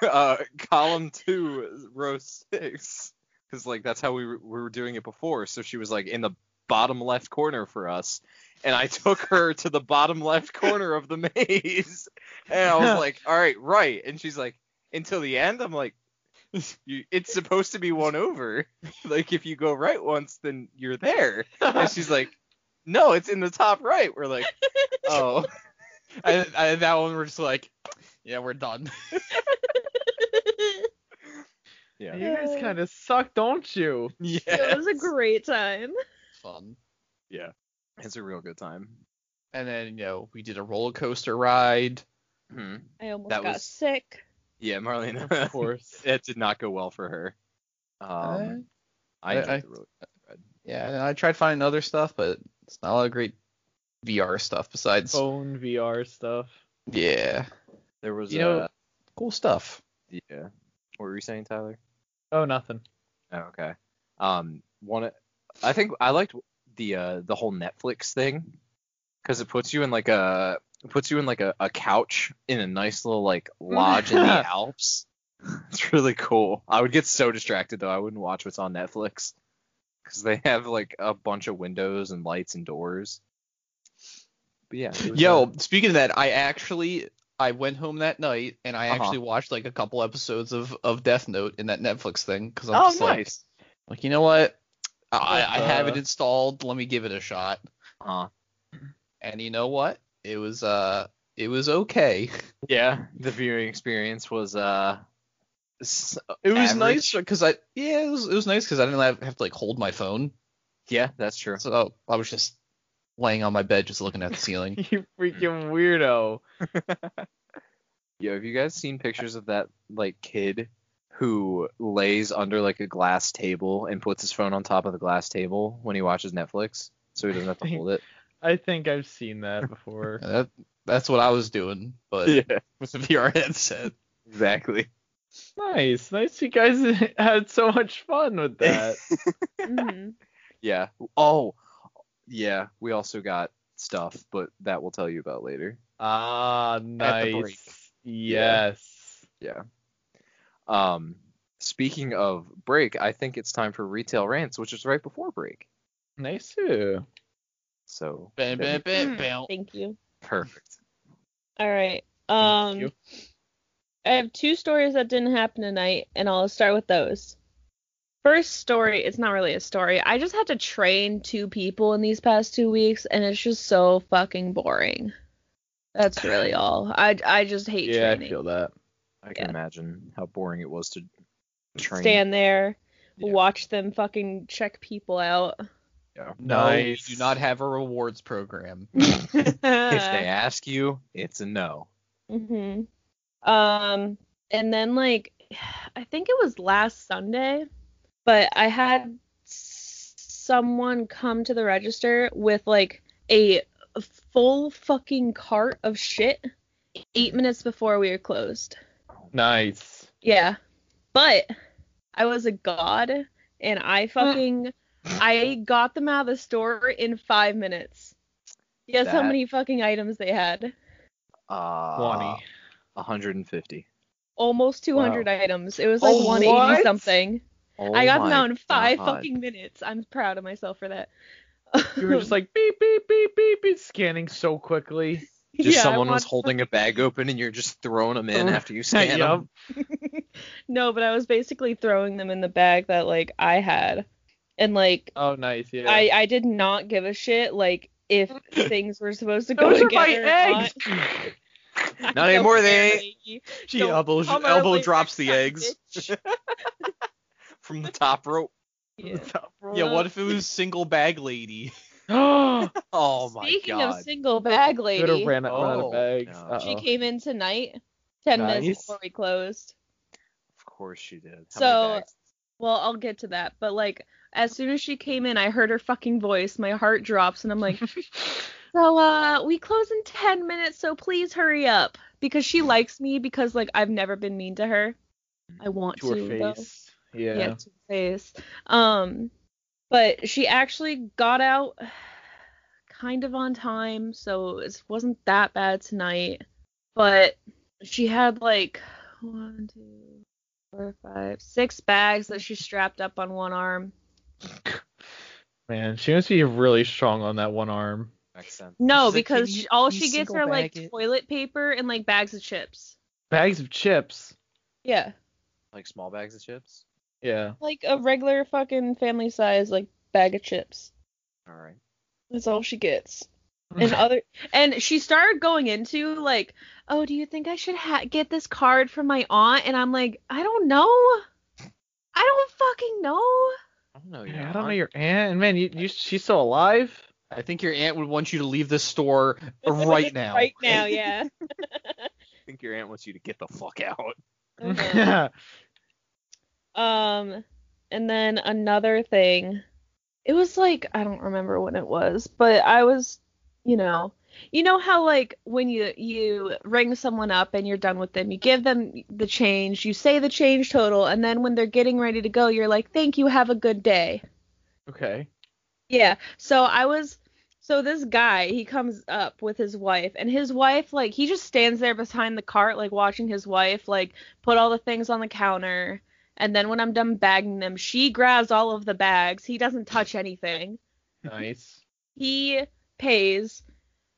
Speaker 1: uh, column two, row six, because like that's how we were, we were doing it before. So she was like in the bottom left corner for us, and I took her to the bottom left corner of the maze, and I was like, all right, right, and she's like, until the end. I'm like, you, it's supposed to be one over. Like if you go right once, then you're there. And she's like, no, it's in the top right. We're like, oh.
Speaker 2: and, and that one we're just like, yeah, we're done.
Speaker 4: it
Speaker 1: Yeah.
Speaker 3: You guys kind of suck, don't you?
Speaker 1: Yeah.
Speaker 4: was a great time.
Speaker 2: Fun.
Speaker 1: It's a real good time.
Speaker 2: And then you know we did a roller coaster ride.
Speaker 1: Hmm.
Speaker 4: I almost
Speaker 1: That
Speaker 4: got
Speaker 1: was-
Speaker 4: sick.
Speaker 1: Yeah,
Speaker 3: Of
Speaker 1: Marlena.
Speaker 3: course.
Speaker 1: it did not go well for her. Um, I,
Speaker 2: I-
Speaker 1: enjoyed
Speaker 2: I-
Speaker 1: the roller-
Speaker 2: Yeah, and I tried finding other stuff, but it's not a lot of great VR stuff besides.
Speaker 1: Oh.
Speaker 3: Phone VR stuff.
Speaker 2: Yeah,
Speaker 1: there was
Speaker 2: you know-
Speaker 1: uh,
Speaker 2: cool stuff.
Speaker 1: yeah. What were you saying, Tyler?
Speaker 3: Oh, nothing.
Speaker 1: Oh, okay. Um, one. I think I liked the uh the whole Netflix thing because it puts you in like a it puts you in like a, a couch in a nice little like lodge in the Alps. It's really cool. I would get so distracted though. I wouldn't watch what's on Netflix because they have like a bunch of windows and lights and doors. But yeah. it was, uh,
Speaker 2: Yo, speaking of that, I actually I went home that night and I
Speaker 1: Uh-huh.
Speaker 2: actually watched like a couple episodes of of Death Note in that Netflix thing because I'm
Speaker 1: oh
Speaker 2: just like,
Speaker 1: nice.
Speaker 2: like you know what, I, I have it
Speaker 3: Uh.
Speaker 2: installed. Let me give it a shot.
Speaker 1: Uh,
Speaker 2: And you know what? It was uh it was okay.
Speaker 1: yeah. The viewing experience was uh. s-
Speaker 2: It was
Speaker 1: Average.
Speaker 2: nice because I yeah it was it was nice because I didn't have, have to like hold my phone,
Speaker 1: Yeah, that's true.
Speaker 2: so I was just laying on my bed just looking at the ceiling.
Speaker 3: You freaking weirdo.
Speaker 1: Yo, have you guys seen pictures of that like kid who lays under like a glass table and puts his phone on top of the glass table when he watches Netflix so he doesn't have to hold it?
Speaker 3: I think I've seen that before.
Speaker 2: That that's what I was doing, but
Speaker 1: yeah,
Speaker 2: with a VR headset.
Speaker 1: exactly.
Speaker 3: nice, nice. You guys had so much fun with that.
Speaker 4: Mhm.
Speaker 1: Yeah. Oh, yeah. We also got stuff, but that we'll tell you about later.
Speaker 3: ah, nice.
Speaker 2: break.
Speaker 3: Yes.
Speaker 1: Um, speaking of break, I think it's time for retail rants, which is right before break.
Speaker 3: Nice. Too.
Speaker 1: So
Speaker 2: Bam, bam, bam,
Speaker 4: Mm,
Speaker 2: bam.
Speaker 4: Thank you.
Speaker 1: perfect.
Speaker 4: All right.
Speaker 3: Thank
Speaker 4: Um,
Speaker 3: you.
Speaker 4: I have two stories that didn't happen tonight, and I'll start with those. First story, it's not really a story. I just had to train two people in these past two weeks, and it's just so fucking boring. That's really all. I, I just hate
Speaker 3: Yeah, I
Speaker 4: training.
Speaker 3: feel that.
Speaker 1: I can
Speaker 4: Yeah.
Speaker 1: imagine how boring it was to train.
Speaker 4: Stand there,
Speaker 1: Yeah.
Speaker 4: watch them fucking check people out.
Speaker 1: Yeah.
Speaker 2: No, we
Speaker 3: Nice.
Speaker 2: do not have a rewards program.
Speaker 1: If
Speaker 4: Uh.
Speaker 1: they ask you, it's a no.
Speaker 4: hmm Um, and then like, I think it was last Sunday, but I had s- someone come to the register with like a full fucking cart of shit eight minutes before we were closed.
Speaker 3: Nice.
Speaker 4: Yeah, but I was a god, and I fucking I got them out of the store in five minutes. Guess how
Speaker 1: That-
Speaker 4: many fucking items they had?
Speaker 1: Uh,
Speaker 3: Twenty.
Speaker 1: 150.
Speaker 4: almost 200 items. It was like
Speaker 3: Oh,
Speaker 4: 180
Speaker 3: what?
Speaker 4: something.
Speaker 1: Oh
Speaker 4: I got
Speaker 1: my
Speaker 4: them out in five
Speaker 1: God.
Speaker 4: fucking minutes. I'm proud of myself for that.
Speaker 3: You were just like beep beep beep beep beep, scanning so quickly.
Speaker 1: Just
Speaker 4: Yeah, I
Speaker 1: someone was
Speaker 4: watched-
Speaker 1: holding a bag open and you're just throwing them in
Speaker 3: Oh,
Speaker 1: after you scan
Speaker 3: Yup.
Speaker 1: them.
Speaker 4: No, but I was basically throwing them in the bag that like I had, and like
Speaker 3: Oh, nice. Yeah.
Speaker 4: I I did not give a shit like if things were supposed to go
Speaker 3: Those are
Speaker 4: together.
Speaker 3: my
Speaker 4: or not.
Speaker 3: eggs.
Speaker 4: I
Speaker 1: Not
Speaker 4: don't
Speaker 1: anymore, they
Speaker 4: care, Mikey.
Speaker 2: She
Speaker 4: Don't
Speaker 2: elbow
Speaker 4: come our
Speaker 2: elbow
Speaker 4: way
Speaker 2: drops the
Speaker 4: next time,
Speaker 2: eggs.
Speaker 4: bitch.
Speaker 1: From the top rope.
Speaker 4: Yeah.
Speaker 2: Yeah, what if it was single bag lady?
Speaker 1: Oh my
Speaker 4: Speaking
Speaker 1: god.
Speaker 4: of single bag
Speaker 3: Could have
Speaker 4: lady,
Speaker 3: ran, out- run out
Speaker 2: Oh,
Speaker 3: of bags.
Speaker 1: no.
Speaker 3: Uh-oh.
Speaker 4: she came in tonight, ten
Speaker 3: Nice.
Speaker 4: minutes before we closed.
Speaker 1: of course she did. How
Speaker 4: So-
Speaker 1: many bags?
Speaker 4: Well, I'll get to that, but like as soon as she came in, I heard her fucking voice. My heart drops, and I'm like, "So, uh, we close in ten minutes, so please hurry up." Because she likes me, because like I've never been mean to her. I want
Speaker 3: to
Speaker 4: to,
Speaker 3: her
Speaker 4: though.
Speaker 3: face. Yeah.
Speaker 4: Yeah. to her face. Um, but she actually got out kind of on time, so it wasn't that bad tonight. But she had like one, two, four, five, six bags that she strapped up on one arm.
Speaker 3: Man, she must be really strong on that one arm.
Speaker 1: Makes sense.
Speaker 2: She's
Speaker 4: No,
Speaker 2: like,
Speaker 4: because
Speaker 2: "Can you-
Speaker 4: she- all
Speaker 2: can
Speaker 4: she
Speaker 2: you
Speaker 4: gets
Speaker 2: single
Speaker 4: are like
Speaker 2: bag it?"
Speaker 4: toilet paper and like bags of chips.
Speaker 3: Bags of chips.
Speaker 4: Yeah,
Speaker 1: Like small bags of chips?
Speaker 3: Yeah.
Speaker 4: like a regular fucking family size like bag of chips.
Speaker 1: Alright.
Speaker 4: That's all she gets. and other and she started going into like oh do you think i should ha- get this card from my aunt and i'm like i don't know i don't fucking know
Speaker 1: I don't know.
Speaker 3: Oh, Yeah, I don't know your aunt. And man, you, you, she's still alive.
Speaker 2: I think your aunt would want you to leave this store right now.
Speaker 4: right now yeah
Speaker 1: I think your aunt wants you to get the fuck out.
Speaker 4: Okay. um and then another thing it was like i don't remember when it was but i was you know you know how like when you you ring someone up and you're done with them you give them the change you say the change total and then when they're getting ready to go you're like thank you have a good day
Speaker 3: okay.
Speaker 4: Yeah. So I was so this guy, he comes up with his wife and his wife like he just stands there behind the cart like watching his wife like put all the things on the counter and then when I'm done bagging them, she grabs all of the bags. He doesn't touch anything.
Speaker 3: Nice.
Speaker 4: He pays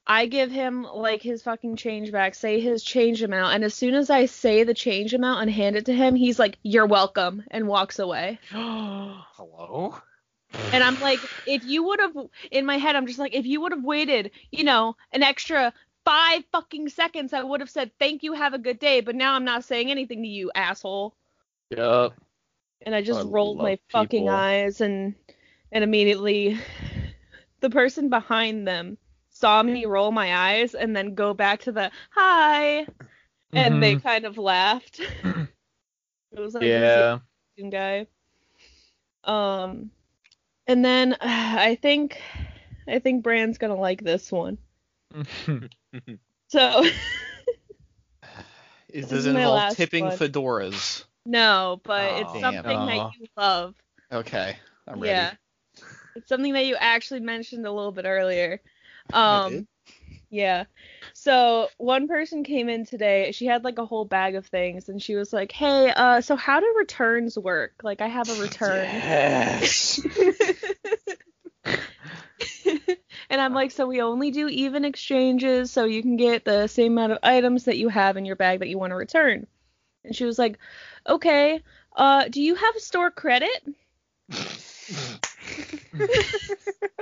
Speaker 4: I give him like his fucking change back, say his change amount, and as soon as I say the change amount and hand it to him, he's like, "You're welcome," and walks away.
Speaker 1: Hello?
Speaker 4: And I'm like, if you would have, in my head, I'm just like, if you would have waited, you know, an extra five fucking seconds, I would have said, thank you, have a good day. But now I'm not saying anything to you, asshole.
Speaker 3: Yup.
Speaker 4: And I just
Speaker 3: I
Speaker 4: rolled my
Speaker 3: love
Speaker 4: fucking
Speaker 3: people.
Speaker 4: eyes and, and immediately the person behind them saw me roll my eyes and then go back to the hi. And they
Speaker 3: Mhm.
Speaker 4: kind of laughed. it was like, it was like,
Speaker 3: Yeah.
Speaker 4: Asian guy. Um, and then I think I think Bran's gonna like this one.
Speaker 3: Mm-hmm.
Speaker 4: So
Speaker 2: Is
Speaker 4: This
Speaker 2: does
Speaker 4: is
Speaker 2: it
Speaker 4: my
Speaker 2: involve
Speaker 4: last
Speaker 2: tipping
Speaker 4: one.
Speaker 2: fedoras?
Speaker 4: no, but it's
Speaker 1: Aw.
Speaker 4: something
Speaker 2: Aw.
Speaker 4: that you love.
Speaker 2: Okay, I'm ready.
Speaker 4: yeah. It's something that you actually mentioned a little bit earlier.
Speaker 2: I did?
Speaker 4: Um yeah. So one person came in today, she had like a whole bag of things and she was like, Hey, uh, so how do returns work? Like I have a return.
Speaker 1: Yes.
Speaker 4: and I'm like, so we only do even exchanges, so you can get the same amount of items that you have in your bag that you want to return. And she was like, okay, uh, do you have store credit?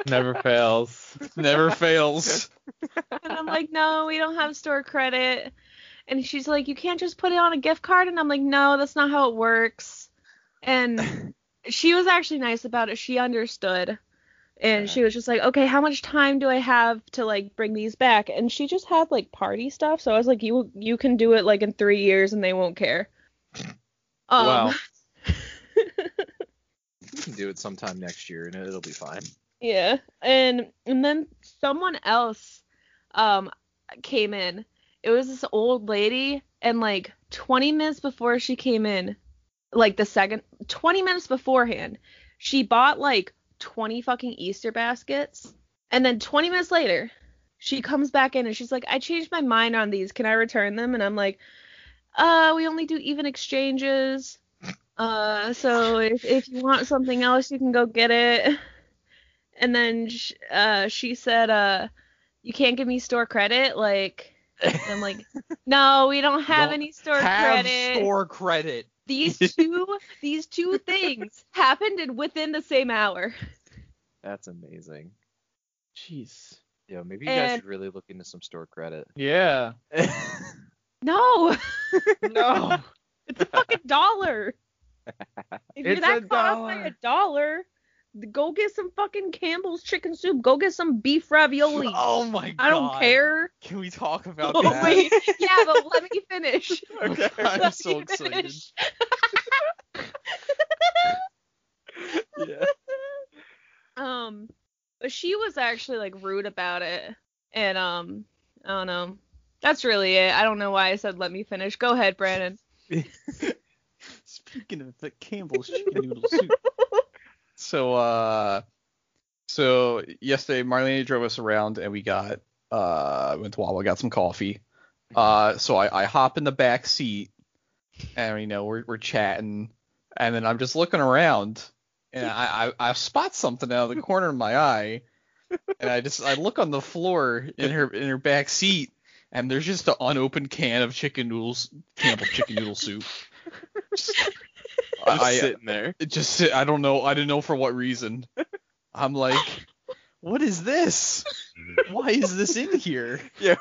Speaker 3: Never fails.
Speaker 2: Never fails.
Speaker 4: And I'm like, no, we don't have store credit. And she's like, you can't just put it on a gift card. And I'm like, no, that's not how it works. And she was actually nice about it. She understood. And she was just like, okay, how much time do I have to like bring these back? And she just had like party stuff. So I was like, you you can do it like in three years and they won't care. Um,
Speaker 2: Wow.
Speaker 1: you can do it sometime next year and it'll be fine.
Speaker 4: Yeah. And and then someone else um came in. It was this old lady and like 20 minutes before she came in, like the second 20 minutes beforehand, she bought like 20 fucking Easter baskets. And then 20 minutes later, she comes back in and she's like, "I changed my mind on these. Can I return them?" And I'm like, "Uh, we only do even exchanges." Uh, so if if you want something else, you can go get it and then sh- uh, she said, uh, "You can't give me store credit." Like, and I'm like, "No, we don't have
Speaker 2: don't
Speaker 4: any store
Speaker 2: Have
Speaker 4: credit.
Speaker 2: store credit.
Speaker 4: These two, these two things happened in within the same hour."
Speaker 1: That's amazing.
Speaker 3: Jeez.
Speaker 1: Yeah, maybe you guys
Speaker 4: And-
Speaker 1: should really look into some store credit.
Speaker 3: Yeah.
Speaker 4: No,
Speaker 3: No.
Speaker 4: it's a fucking dollar. If you're
Speaker 3: It's
Speaker 4: that
Speaker 3: a
Speaker 4: cost by a dollar, go get some fucking Campbell's chicken soup. Go get some beef ravioli.
Speaker 2: Oh my god.
Speaker 4: I don't care.
Speaker 2: Can we talk about
Speaker 4: Oh,
Speaker 2: that?
Speaker 4: wait. Yeah, but let me finish.
Speaker 2: Okay, I'm
Speaker 4: Let
Speaker 2: so
Speaker 4: me
Speaker 2: excited.
Speaker 4: finish.
Speaker 2: Yeah.
Speaker 4: Um, but she was actually like rude about it, and um, I don't know. That's really it. I don't know why I said let me finish. Go ahead, Brandon.
Speaker 2: Speaking of the Campbell's chicken noodle soup. So uh so yesterday Marlene drove us around and we got uh went to Wawa, got some coffee. Uh so I, I hop in the back seat and you know we're we're chatting and then I'm just looking around and I, I, I spot something out of the corner of my eye and I just I look on the floor in her in her back seat and there's just an unopened can of chicken noodles Campbell chicken noodle soup. Just- I, I-
Speaker 1: sitting there.
Speaker 2: it just sit- I don't know I didn't know for what reason. I'm like, what is this? Why is this in here?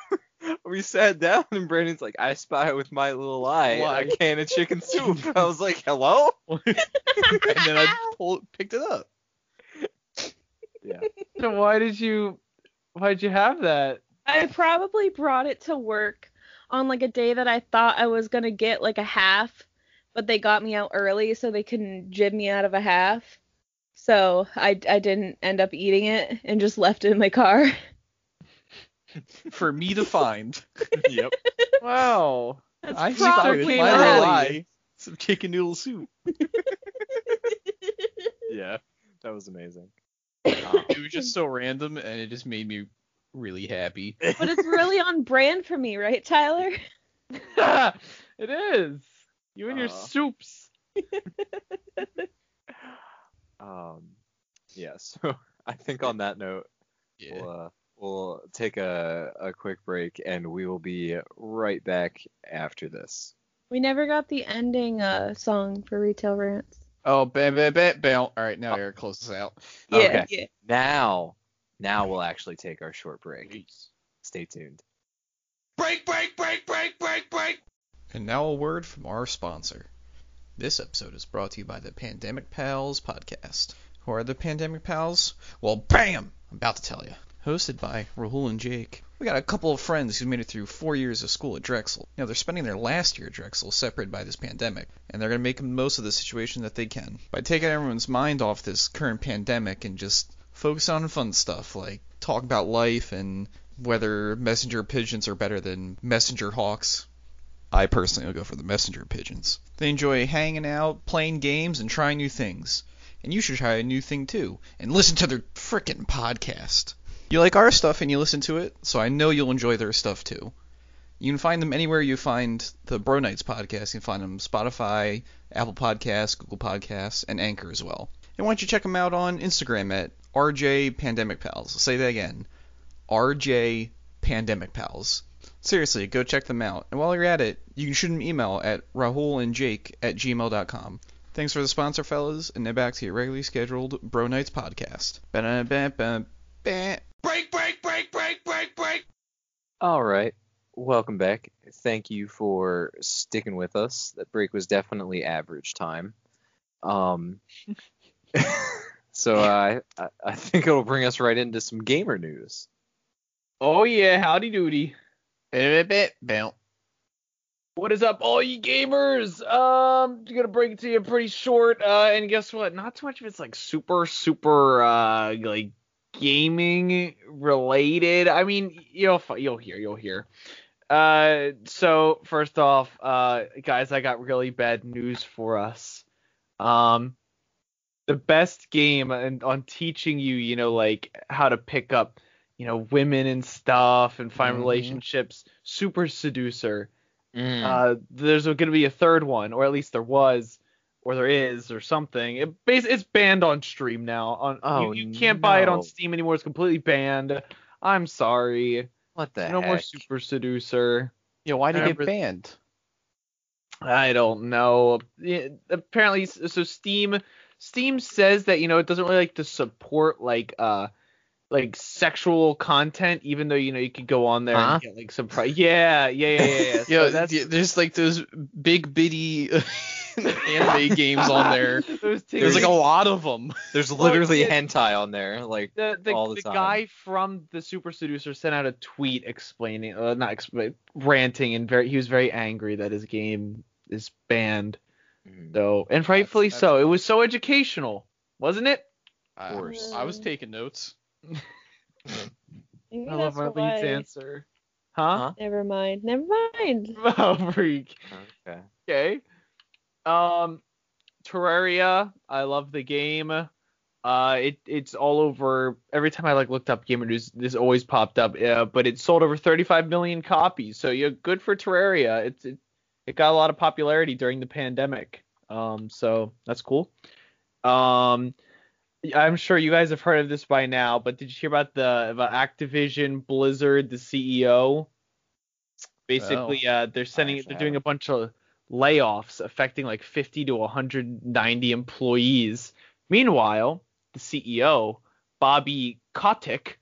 Speaker 1: We sat down and Brandon's like, I spy with my little eye
Speaker 2: Why?
Speaker 1: a can of chicken soup. I was like, hello?
Speaker 2: And then I pulled, picked it up.
Speaker 3: so why did you why did you have that?
Speaker 4: I probably brought it to work on like a day that I thought I was gonna get like a half, but they got me out early so they couldn't jib me out of a half. So I I didn't end up eating it and just left it in my car.
Speaker 2: For me to find.
Speaker 1: yep.
Speaker 3: Wow.
Speaker 4: That's
Speaker 2: I
Speaker 3: probably
Speaker 2: spied with
Speaker 3: what
Speaker 2: my little
Speaker 3: happened.
Speaker 2: eye some chicken noodle soup.
Speaker 1: Yeah. That was amazing.
Speaker 2: Um,
Speaker 1: Um,
Speaker 2: It was just so random and it just made me really happy.
Speaker 4: but it's really on brand for me, right, Tyler?
Speaker 3: it is. You and your
Speaker 1: Aw.
Speaker 3: soups.
Speaker 1: Um, yeah, so I think on that note,
Speaker 2: Yeah.
Speaker 1: we'll, uh, we'll take a, a quick break and we will be right back after this.
Speaker 4: We never got the ending uh, song for Retail Rants.
Speaker 2: Oh, bam, bam, bam, bam. All right, now Eric, close this out.
Speaker 1: Okay. Now, now we'll actually take our short break. Stay tuned.
Speaker 2: Break, break, break, break, break, break. And now a word from our sponsor. This episode is brought to you by the Pandemic Pals podcast. Who are the Pandemic Pals? Well, bam! I'm about to tell you. Hosted by Rahul and Jake. We got a couple of friends who made it through four years of school at Drexel. You know, they're spending their last year at Drexel separated by this pandemic, and they're going to make the most of the situation that they can by taking everyone's mind off this current pandemic and just Focus on fun stuff like talk about life and whether messenger pigeons are better than messenger hawks. I personally would go for the messenger pigeons. They enjoy hanging out, playing games, and trying new things. And you should try a new thing too, and listen to their frickin' podcast. You like our stuff and you listen to it, so I know you'll enjoy their stuff too. You can find them anywhere you find the Bro Nights podcast. You can find them Spotify, Apple Podcasts, Google Podcasts, and Anchor as well. And why don't you check them out on Instagram at RJ Pandemic Pals. I'll say that again. RJ Pandemic Pals. Seriously, go check them out. And while you're at it, you can shoot them an email at rahulandjake at gmail.com. Thanks for the sponsor, fellas, and now back to your regularly scheduled Bro Nights podcast. Ba-da-ba-ba-ba. Break, break, break, break, break, break.
Speaker 1: All right. Welcome back. Thank you for sticking with us. That break was definitely average time. Um, so I I, I think it'll bring us right into some gamer news.
Speaker 3: Oh yeah, howdy doody.
Speaker 2: Bit-bit-bit.
Speaker 3: What is up, all you gamers? Um, gonna bring it to you pretty short. Uh, and guess what? Not too much of it's like super, super, uh, like gaming related. I mean, you'll fi- you'll hear, you'll hear. Uh, so first off, uh, guys, I got really bad news for us. Um, the best game and on teaching you, you know, like how to pick up, you know, women and stuff and find
Speaker 2: Mhm.
Speaker 3: relationships. Super Seducer.
Speaker 2: Mm. Hmm.
Speaker 3: Uh, there's going to be a third one, or at least there was, or there is, or something. It bas- it's banned on stream now. On
Speaker 1: Oh,
Speaker 3: you, you can't buy it
Speaker 1: no.
Speaker 3: on Steam anymore. It's completely banned. I'm sorry.
Speaker 1: what the
Speaker 3: no more
Speaker 1: heck?
Speaker 3: Super Seducer.
Speaker 2: Yeah, why did it
Speaker 3: Remember-
Speaker 2: get banned?
Speaker 3: I don't know. Yeah, Apparently, s- so Steam Steam says that you know it doesn't really like to support like uh like sexual content, even though you know you could go on there
Speaker 1: Huh?
Speaker 3: and get like some. Pri- yeah, yeah, yeah, yeah. yeah. So
Speaker 2: Yeah,
Speaker 3: that's-
Speaker 2: yeah, there's like those big bitty anime games on there. There's
Speaker 3: those
Speaker 2: like
Speaker 3: tickets-
Speaker 2: a lot of them.
Speaker 1: There's
Speaker 3: Well,
Speaker 1: literally
Speaker 3: it-
Speaker 1: hentai on there. Like
Speaker 3: the the,
Speaker 1: all the
Speaker 3: the
Speaker 1: time.
Speaker 3: guy from the super seducer sent out a tweet explaining uh, not explain ranting and very he was very angry that his game is banned
Speaker 1: mm,
Speaker 3: so and rightfully
Speaker 2: that's-
Speaker 3: so it was so educational wasn't it
Speaker 1: Of course.
Speaker 2: I was taking notes.
Speaker 4: Maybe
Speaker 3: i love
Speaker 4: that's
Speaker 3: my
Speaker 4: why.
Speaker 3: lead's answer huh,
Speaker 4: Never mind. Never mind.
Speaker 3: oh freak
Speaker 1: okay.
Speaker 3: okay um terraria i love the game uh it it's all over every time i like looked up gamer news this always popped up uh, but it sold over 35 million copies so you're good for terraria it's it, it got a lot of popularity during the pandemic um so that's cool um I'm sure you guys have heard of this by now, but did you hear about the about Activision Blizzard, the CEO? Basically, uh, they're sending,
Speaker 1: actually
Speaker 3: they're doing a bunch of layoffs affecting like 50 to 190 employees. Meanwhile, the CEO, Bobby Kotick,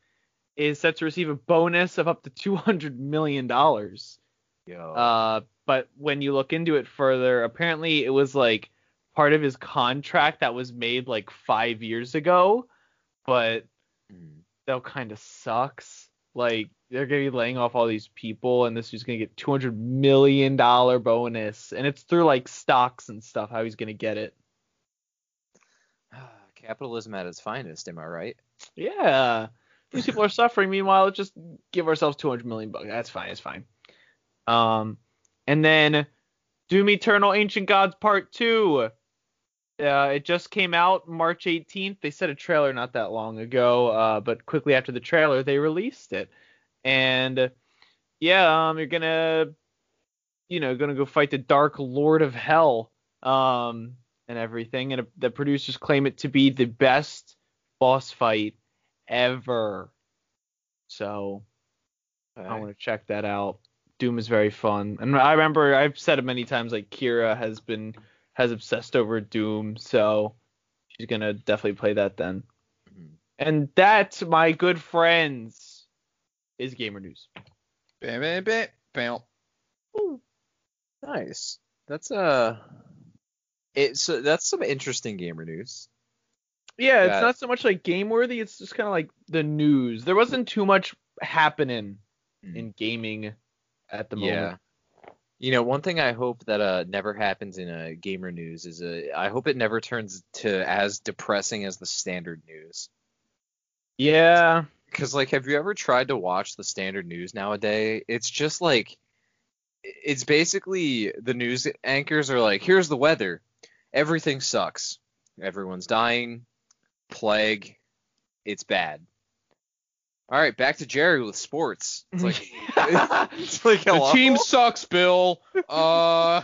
Speaker 3: is set to receive a bonus of up to 200 million dollars.
Speaker 1: Yo.
Speaker 3: Uh, but when you look into it further, apparently it was like part of his contract that was made like five years ago, but
Speaker 1: Mm.
Speaker 3: that kind of sucks. Like they're gonna be laying off all these people, and this dude's gonna get 200 million dollar bonus, and it's through like stocks and stuff. How he's gonna get it?
Speaker 1: Capitalism at its finest, am I right?
Speaker 3: Yeah, these people are suffering. Meanwhile, let's just give ourselves 200 million bucks. That's fine. It's fine. Um, and then Doom Eternal Ancient Gods Part Two. Uh, it just came out March 18th. They said a trailer not that long ago, uh, but quickly after the trailer, they released it. And uh, yeah, um, you're gonna, you know, gonna go fight the Dark Lord of Hell, um, and everything. And uh, the producers claim it to be the best boss fight ever. So I want to check that out. Doom is very fun, and I remember I've said it many times. Like Kira has been has obsessed over Doom, so she's gonna definitely play that then.
Speaker 2: Mm.
Speaker 1: Mhm.
Speaker 3: And that, my good friends, is gamer news.
Speaker 2: Bam, bam, bam, bam.
Speaker 1: Nice. That's uh it's uh, that's some interesting gamer news.
Speaker 3: Yeah, it's
Speaker 1: Got it.
Speaker 3: not so much like game worthy. It's just kind of like the news. There wasn't too much happening
Speaker 1: Mm.
Speaker 3: in gaming at the moment.
Speaker 1: You know, one thing I hope that uh never happens in uh, gamer news is uh, I hope it never turns to as depressing as the standard news.
Speaker 3: Yeah.
Speaker 1: because like have you ever tried to watch the standard news nowadays it's just like it's basically the news anchors are like here's the weather everything sucks everyone's dying plague it's bad all right back to jerry with sports it's like it's like
Speaker 2: The
Speaker 1: hello?
Speaker 2: team sucks, Bill. Uh,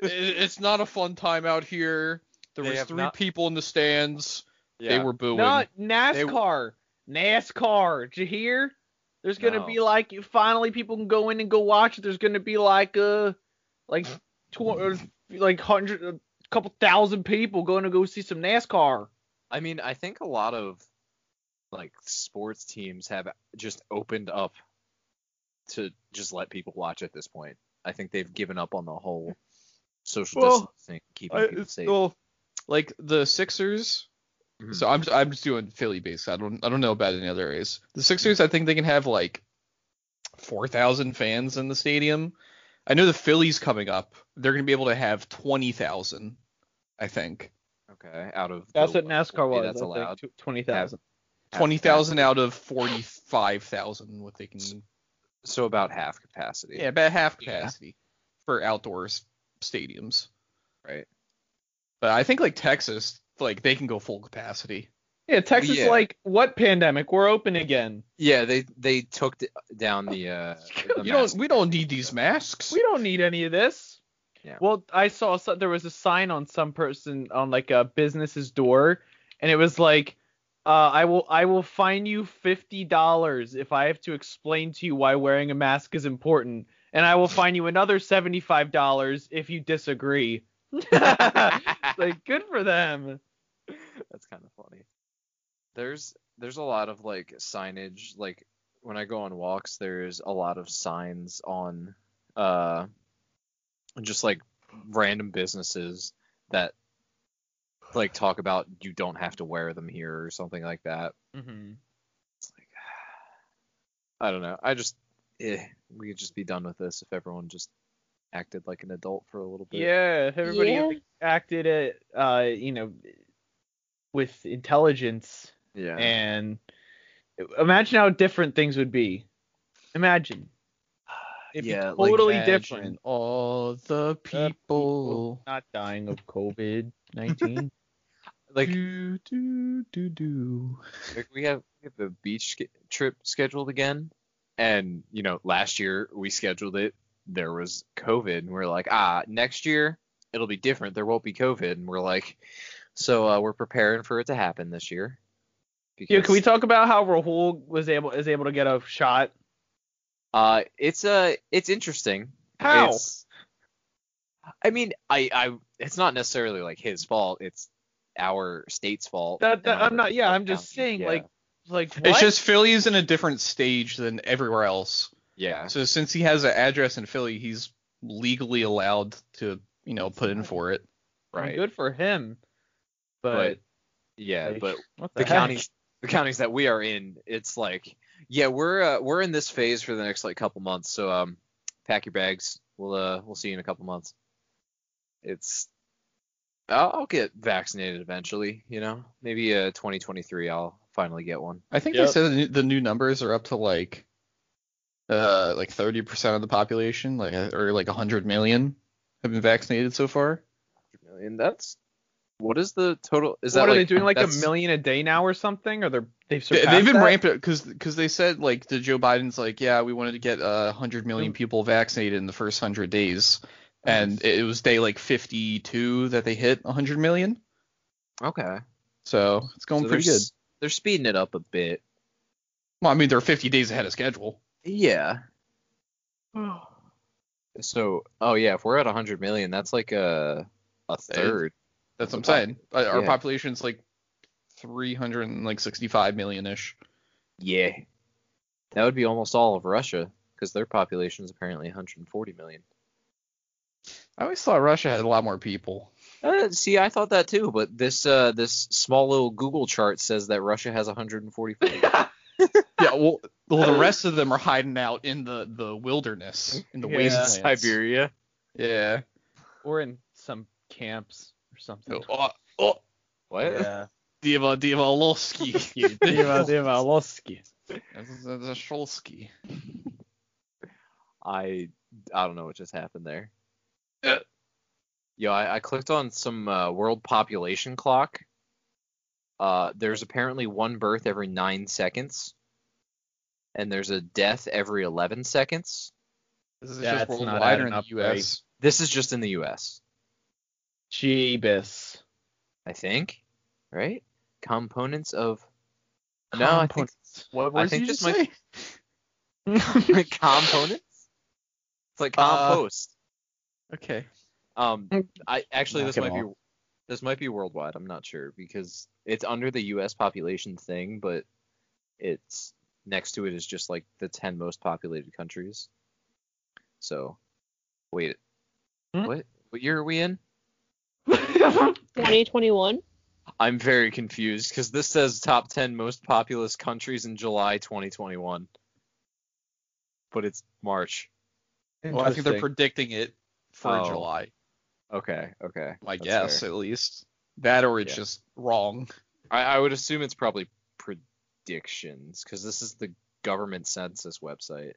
Speaker 2: it, it's not a fun time out here. There
Speaker 1: They
Speaker 2: was
Speaker 1: have
Speaker 2: three
Speaker 1: not-
Speaker 2: people in the stands.
Speaker 1: yeah.
Speaker 2: They were booing.
Speaker 3: No, NASCAR. NASCAR. Did you hear? There's gonna
Speaker 1: No.
Speaker 3: be like finally people can go in and go watch it. There's gonna be like uh like tw- or, like hundred a couple thousand people going to go see some NASCAR.
Speaker 1: i mean i think a lot of like sports teams have just opened up to just let people watch at this point. I think they've given up on the whole social
Speaker 2: Well,
Speaker 1: distancing, keeping
Speaker 2: I,
Speaker 1: people safe.
Speaker 2: well, like the Sixers.
Speaker 1: Mhm.
Speaker 2: So I'm I'm just doing Philly based. I don't I don't know about any other areas. The Sixers, I think they can have like four thousand fans in the stadium. I know the Phillies coming up. They're gonna be able to have twenty thousand. I think
Speaker 1: okay, out of
Speaker 3: That's
Speaker 1: the
Speaker 3: what NASCAR
Speaker 1: 40
Speaker 3: was.
Speaker 1: That's
Speaker 3: I
Speaker 1: allowed.
Speaker 3: think twenty thousand.
Speaker 2: twenty thousand out of forty five thousand. What they can.
Speaker 1: So about half capacity.
Speaker 2: Yeah, about half
Speaker 1: Yeah.
Speaker 2: capacity for outdoors stadiums.
Speaker 1: Right.
Speaker 2: But I think like Texas, like they can go full capacity.
Speaker 3: Yeah, Texas
Speaker 1: Yeah.
Speaker 3: like what pandemic? We're open again.
Speaker 1: Yeah, they they took d- down the. Uh, the
Speaker 2: You don't.
Speaker 1: mask.
Speaker 2: We don't need these masks.
Speaker 3: We don't need any of this.
Speaker 1: Yeah.
Speaker 3: Well, I saw so, there was a sign on some person on like a business's door, and it was like, uh, "I will I will fine you fifty dollars if I have to explain to you why wearing a mask is important, and I will fine you another seventy five dollars if you disagree." like, good for them.
Speaker 1: That's kind of funny. There's there's a lot of like signage. Like when I go on walks, there's a lot of signs on uh just like random businesses that like talk about you don't have to wear them here or something like that.
Speaker 3: Mm-hmm.
Speaker 1: It's like I don't know. I just eh, we could just be done with this if everyone just acted like an adult for a little bit.
Speaker 3: Yeah, if everybody
Speaker 4: Yeah.
Speaker 3: acted it, uh, you know, with intelligence.
Speaker 1: Yeah.
Speaker 3: and imagine how different things would be. Imagine. It'd
Speaker 1: Yeah,
Speaker 3: be totally
Speaker 2: Imagine
Speaker 3: different.
Speaker 2: All the people.
Speaker 3: people. Not dying of COVID nineteen.
Speaker 1: like
Speaker 2: do, do, do, do.
Speaker 1: Like we have we have a beach sch- trip scheduled again, and you know last year we scheduled it. There was COVID, and we're like, ah, next year it'll be different. There won't be COVID, and we're like, so uh, we're preparing for it to happen this year.
Speaker 3: yeah, can we
Speaker 1: because,
Speaker 3: talk about how Rahul was able is able to get a shot?
Speaker 1: uh, it's uh, it's interesting.
Speaker 3: How?
Speaker 1: It's- I mean, I, I, it's not necessarily like his fault. It's our state's fault.
Speaker 3: That, that
Speaker 1: and
Speaker 3: I'm
Speaker 1: our-
Speaker 3: not. Yeah,
Speaker 1: our
Speaker 3: I'm just
Speaker 1: county.
Speaker 3: saying.
Speaker 1: Yeah,
Speaker 3: Like, like what?
Speaker 2: It's just Philly is in a different stage than everywhere else.
Speaker 1: yeah,
Speaker 2: So since he has an address in Philly, he's legally allowed to, you know, put in for it.
Speaker 3: I mean,
Speaker 1: right.
Speaker 3: Good for him. But,
Speaker 1: yeah,
Speaker 3: like,
Speaker 1: but
Speaker 3: what the,
Speaker 1: the
Speaker 3: heck?
Speaker 1: counties the counties that we are in it's like yeah we're uh, we're in this phase for the next like couple months so um pack your bags we'll uh we'll see you in a couple months it's I'll, I'll get vaccinated eventually you know maybe uh 2023 I'll finally get one
Speaker 2: I think
Speaker 3: Yep.
Speaker 2: they said the new, the new numbers are up to like, uh, like 30% of the population, like uh, or like 100 million have been vaccinated so far.
Speaker 1: and that's what is the total is
Speaker 3: what
Speaker 1: that
Speaker 3: are
Speaker 1: like,
Speaker 3: they doing? Like a
Speaker 1: that's-
Speaker 3: million a day now or something? Or they're they've
Speaker 2: They,
Speaker 3: surpassed
Speaker 2: have been
Speaker 3: that?
Speaker 2: ramping because because they said like the Joe Biden's like yeah we wanted to get uh, 100 million people vaccinated in the first 100 days and it, it was day like 52 that they hit 100 million
Speaker 1: okay
Speaker 2: so it's going
Speaker 1: So
Speaker 2: pretty
Speaker 1: they're
Speaker 2: good.
Speaker 1: s- they're speeding it up a bit
Speaker 2: Well I mean they're 50 days ahead of schedule.
Speaker 1: yeah so oh yeah if we're at 100 million that's like a a third
Speaker 2: That's what I'm
Speaker 1: The pop-
Speaker 2: saying. Uh, Our
Speaker 1: yeah.
Speaker 2: population's like 365 million ish.
Speaker 1: Yeah. That would be almost all of Russia, because their population is apparently 140 million.
Speaker 2: I always thought Russia had a lot more people.
Speaker 1: Uh, see, I thought that too, but this uh, this small little Google chart says that Russia has 144. million.
Speaker 2: yeah, well, well, the rest of them are hiding out in the the wilderness, in the
Speaker 3: Yeah.
Speaker 2: wastelands. Yeah.
Speaker 3: Or in some camps or something.
Speaker 2: Oh, oh,
Speaker 1: What?
Speaker 2: Diva Diva Lolski.
Speaker 3: Diva, diva, Losky.
Speaker 2: That's a Sholski.
Speaker 1: I I don't know what just happened there.
Speaker 2: Uh.
Speaker 1: Yo, I, I clicked on some uh, world population clock. Uh, there's apparently one birth every nine seconds, and there's a death every eleven seconds.
Speaker 2: This is
Speaker 3: That's
Speaker 2: just
Speaker 3: not
Speaker 2: worldwide or in
Speaker 3: adding
Speaker 2: the
Speaker 3: up right.
Speaker 2: U.S.
Speaker 1: This is just in the U.S.
Speaker 3: Jeebus.
Speaker 1: I think, right? Components of No, I think-
Speaker 2: What
Speaker 1: I
Speaker 2: words
Speaker 1: think
Speaker 2: did you
Speaker 1: this
Speaker 2: just
Speaker 1: might-
Speaker 2: say?
Speaker 1: components. It's like
Speaker 2: Uh,
Speaker 1: compost.
Speaker 2: Okay.
Speaker 1: Um, I actually
Speaker 3: Knock
Speaker 1: this
Speaker 3: it
Speaker 1: might be
Speaker 3: off.
Speaker 1: this might be worldwide. I'm not sure because it's under the U.S. population thing, but it's next to it is just like the 10 most populated countries. So, wait,
Speaker 3: Hmm?
Speaker 1: what? What year are we in?
Speaker 4: 2021.
Speaker 1: I'm very confused because this says top 10 most populous countries in July 2021, but it's March.
Speaker 2: Well, I think they're
Speaker 3: Interesting.
Speaker 2: predicting it for
Speaker 1: Oh.
Speaker 2: July.
Speaker 1: Okay, okay.
Speaker 2: I
Speaker 1: that's
Speaker 2: guess
Speaker 1: fair.
Speaker 2: at least that, or it's
Speaker 1: Yeah.
Speaker 2: just wrong.
Speaker 1: I, I would assume it's probably predictions because this is the government census website.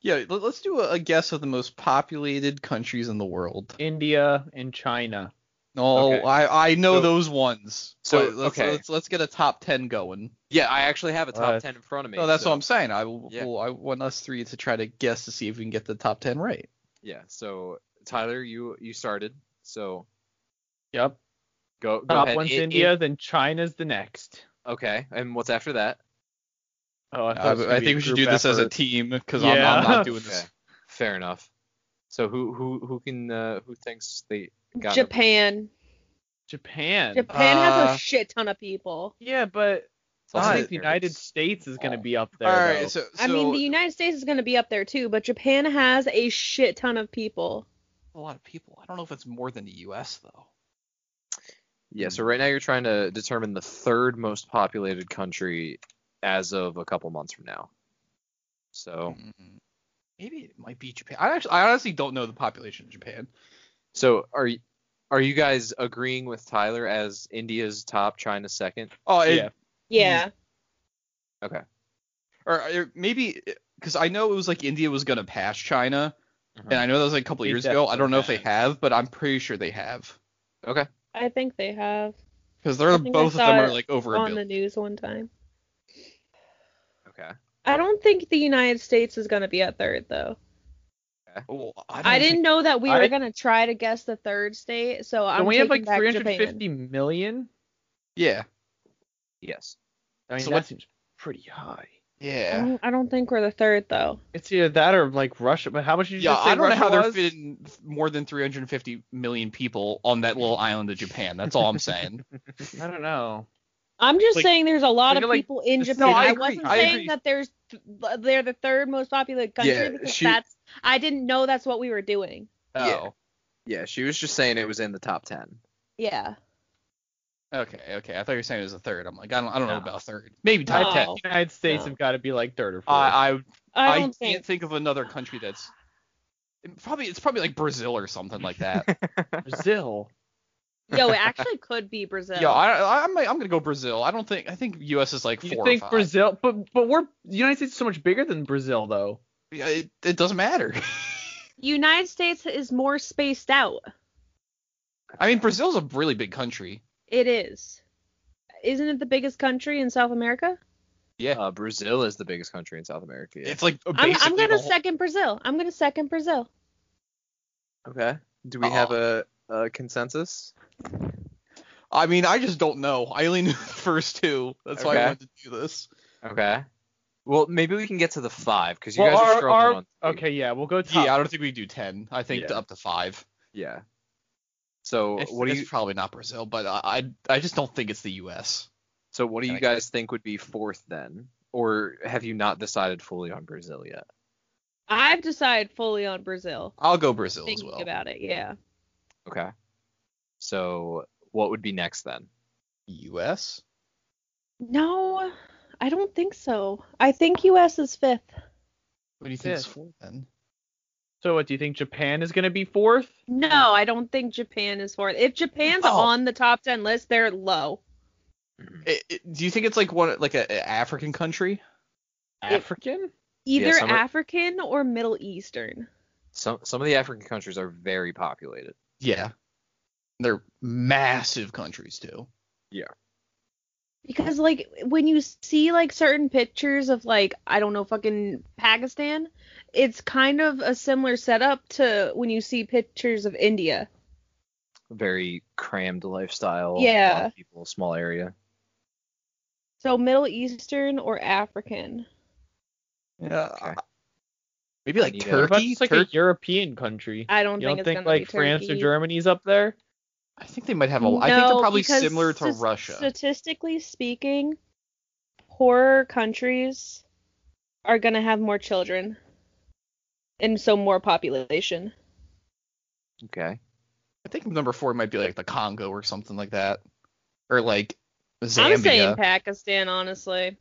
Speaker 2: Yeah, let, us do a, a guess of the most populated countries in the world.
Speaker 3: India and China.
Speaker 2: No,
Speaker 1: Okay.
Speaker 2: I I know
Speaker 1: So-
Speaker 2: those ones.
Speaker 1: so,
Speaker 2: but let's,
Speaker 1: okay.
Speaker 2: let's let's get a top ten going.
Speaker 1: Yeah, I actually have a top
Speaker 3: Uh,
Speaker 1: 10 in front of me.
Speaker 2: No, that's
Speaker 1: so,
Speaker 2: what I'm saying. I will,
Speaker 1: Yeah.
Speaker 2: will- I want us three to try to guess to see if we can get the top ten right.
Speaker 1: Yeah, so Tyler, you you started. So
Speaker 3: Yep.
Speaker 1: go go
Speaker 3: Top
Speaker 1: ahead.
Speaker 3: one's
Speaker 1: It-
Speaker 3: India,
Speaker 1: it-
Speaker 3: then China's the next.
Speaker 1: okay, and what's after that?
Speaker 3: Oh, I, thought
Speaker 2: I,
Speaker 3: it was gonna
Speaker 2: I
Speaker 3: be
Speaker 2: think
Speaker 3: a
Speaker 2: we should
Speaker 3: group
Speaker 2: do this as a
Speaker 3: effort.
Speaker 2: team because
Speaker 3: Yeah.
Speaker 2: I'm, I'm not doing this.
Speaker 1: Okay, Fair enough. So who who who can uh, who thinks they got it?
Speaker 4: Japan.
Speaker 3: Japan.
Speaker 4: Japan has
Speaker 2: Uh,
Speaker 4: a shit ton of people.
Speaker 3: Yeah, but
Speaker 1: It's also
Speaker 3: I don't
Speaker 2: Not-
Speaker 3: think the United States is gonna be up there.
Speaker 2: All right,
Speaker 3: though.
Speaker 2: so,
Speaker 4: I mean,
Speaker 2: so-
Speaker 4: the United States is going to be up there too, but Japan has a shit ton of people.
Speaker 2: a lot of people. I don't know if it's more than the U.S. though.
Speaker 1: Yeah, so right now you're trying to determine the third most populated country as of a couple months from now. So
Speaker 2: Mm. Maybe it might be Japan. I actually, I honestly don't know the population of Japan.
Speaker 1: so are y- are you guys agreeing with Tyler as India's top, China second?
Speaker 2: Oh, it,
Speaker 3: Yeah.
Speaker 4: Yeah.
Speaker 2: or, or maybe because I know it was like India was gonna pass China, and I know that was like a couple
Speaker 3: They
Speaker 2: years ago. I don't know if they
Speaker 3: definitely
Speaker 2: have, but I'm pretty sure they have
Speaker 1: Okay.
Speaker 4: I think they have
Speaker 2: because they're
Speaker 4: I think I
Speaker 2: both of
Speaker 4: saw
Speaker 2: them are
Speaker 4: it
Speaker 2: like over a
Speaker 4: on the
Speaker 2: billion.
Speaker 4: news one time.
Speaker 1: Okay.
Speaker 4: I don't think the United States is going to be at third though.
Speaker 2: Oh, I, don't
Speaker 4: I didn't know that we
Speaker 3: I-
Speaker 4: were going to try to guess the third state, so I'm
Speaker 3: Don't we
Speaker 4: taking
Speaker 3: have like
Speaker 4: back Japan.
Speaker 3: 350 million?
Speaker 2: Think, yeah.
Speaker 1: Yes.
Speaker 3: I mean,
Speaker 2: So
Speaker 3: that
Speaker 2: what-
Speaker 3: seems pretty high.
Speaker 4: I
Speaker 2: Yeah.
Speaker 4: don't, Mm, I don't think we're the third though.
Speaker 3: It's either that or like Russia. But how much did you
Speaker 2: Yeah,
Speaker 3: just say
Speaker 2: I don't know
Speaker 3: Russia
Speaker 2: how they're
Speaker 3: was?
Speaker 2: fitting more than 350 million people on that little island of Japan. That's all I'm saying.
Speaker 3: I don't know.
Speaker 4: I'm just
Speaker 3: Like,
Speaker 4: saying there's a lot
Speaker 3: look
Speaker 4: of
Speaker 3: at, like,
Speaker 4: people in
Speaker 3: the
Speaker 4: Japan.
Speaker 3: No, I
Speaker 4: I,
Speaker 2: agree,
Speaker 4: wasn't
Speaker 2: I
Speaker 4: saying
Speaker 2: agree.
Speaker 4: that there's they're the third most populated country
Speaker 1: Yeah,
Speaker 4: because
Speaker 1: she-
Speaker 4: that's I didn't know that's what we were doing.
Speaker 1: Yeah.
Speaker 2: Oh.
Speaker 1: Yeah, she was just saying it was in the top ten.
Speaker 4: Yeah.
Speaker 2: Okay. Okay. I thought you were saying it was a third. I'm like, I don't, I don't know
Speaker 1: No.
Speaker 2: about a third. Maybe top
Speaker 4: No.
Speaker 2: ten.
Speaker 4: Oh.
Speaker 3: The United States
Speaker 1: No.
Speaker 3: have got to be like third or fourth.
Speaker 2: I, I
Speaker 4: I don't think
Speaker 2: can't think of another country that's it probably it's probably like Brazil or something like that.
Speaker 3: Brazil.
Speaker 4: Yo, it actually could be Brazil.
Speaker 2: yeah, I, I, I'm I'm gonna go Brazil. I don't think I think U.S. is like
Speaker 3: You
Speaker 2: four.
Speaker 3: think
Speaker 2: or five.
Speaker 3: Brazil? But but we're the United States is so much bigger than Brazil though.
Speaker 2: Yeah, It, it doesn't matter.
Speaker 4: United States is more spaced out.
Speaker 2: I mean, Brazil's a really big country.
Speaker 4: It is. Isn't it the biggest country in South America?
Speaker 2: Yeah.
Speaker 1: Uh, Brazil is the biggest country in South America. yeah.
Speaker 2: It's like
Speaker 4: I'm,
Speaker 2: basically
Speaker 4: I'm
Speaker 2: the
Speaker 4: gonna
Speaker 2: whole-
Speaker 4: second Brazil. I'm gonna second Brazil.
Speaker 1: okay. Do we
Speaker 2: Oh.
Speaker 1: have a, a consensus?
Speaker 2: I mean, I just don't know. I only knew the first two. That's why
Speaker 1: Okay.
Speaker 2: I wanted to do this.
Speaker 1: Okay. Well, maybe we can get to the five because you
Speaker 3: Well,
Speaker 1: guys are
Speaker 3: our-
Speaker 1: struggling.
Speaker 3: our-
Speaker 1: on three.
Speaker 3: Okay, yeah, we'll go top.
Speaker 2: Yeah, I don't think we do ten. I think
Speaker 1: Yeah.
Speaker 2: up to five.
Speaker 1: Yeah. So
Speaker 2: It's-
Speaker 1: what do
Speaker 2: it's
Speaker 1: you?
Speaker 2: Probably not Brazil, but I I I just don't think it's the U.S.
Speaker 1: So what do you
Speaker 2: Okay.
Speaker 1: guys think would be fourth then? Or have you not decided fully on Brazil yet?
Speaker 4: I've decided fully on Brazil.
Speaker 2: I'll go Brazil as
Speaker 4: Thinking
Speaker 2: well.
Speaker 4: about it, yeah.
Speaker 1: Okay. So what would be next then?
Speaker 2: U.S.
Speaker 4: No, I don't think so. I think U.S. is fifth.
Speaker 2: What do you think is
Speaker 3: Fifth.
Speaker 2: four then?
Speaker 3: So what do you think Japan is gonna be fourth?
Speaker 4: No, I don't think Japan is fourth. If Japan's
Speaker 2: Oh.
Speaker 4: on the top ten list, they're low.
Speaker 2: It- it- do you think it's like one like a, a African country?
Speaker 3: African?
Speaker 4: Either
Speaker 1: some are-
Speaker 4: African or Middle Eastern.
Speaker 1: Some some of the African countries are very populated.
Speaker 2: Yeah. They're massive countries too.
Speaker 4: Because like when you see like certain pictures of like I don't know fucking Pakistan, it's kind of a similar setup to when you see pictures of India.
Speaker 1: Very crammed lifestyle. a lot of
Speaker 4: Yeah.
Speaker 1: people, small area.
Speaker 4: So Middle Eastern or African.
Speaker 2: Yeah.
Speaker 1: Okay.
Speaker 2: Maybe like
Speaker 1: Yeah.
Speaker 3: What about
Speaker 2: Turkey.
Speaker 3: just like
Speaker 2: Turkey?
Speaker 3: a European country.
Speaker 4: I don't
Speaker 3: you
Speaker 4: think
Speaker 3: don't
Speaker 4: it's
Speaker 3: think
Speaker 4: gonna
Speaker 3: like
Speaker 4: be
Speaker 3: France or
Speaker 4: Turkey.
Speaker 3: Germany's up there?
Speaker 2: I think they might have a. I think they're
Speaker 4: No,
Speaker 2: probably
Speaker 4: because
Speaker 2: similar to
Speaker 4: s-
Speaker 2: Russia.
Speaker 4: Statistically speaking, poorer countries are going to have more children and so more population.
Speaker 1: Okay.
Speaker 2: I think number four might be like the Congo or something like that, or like
Speaker 4: I'm saying
Speaker 2: Zambia.
Speaker 4: Pakistan, honestly.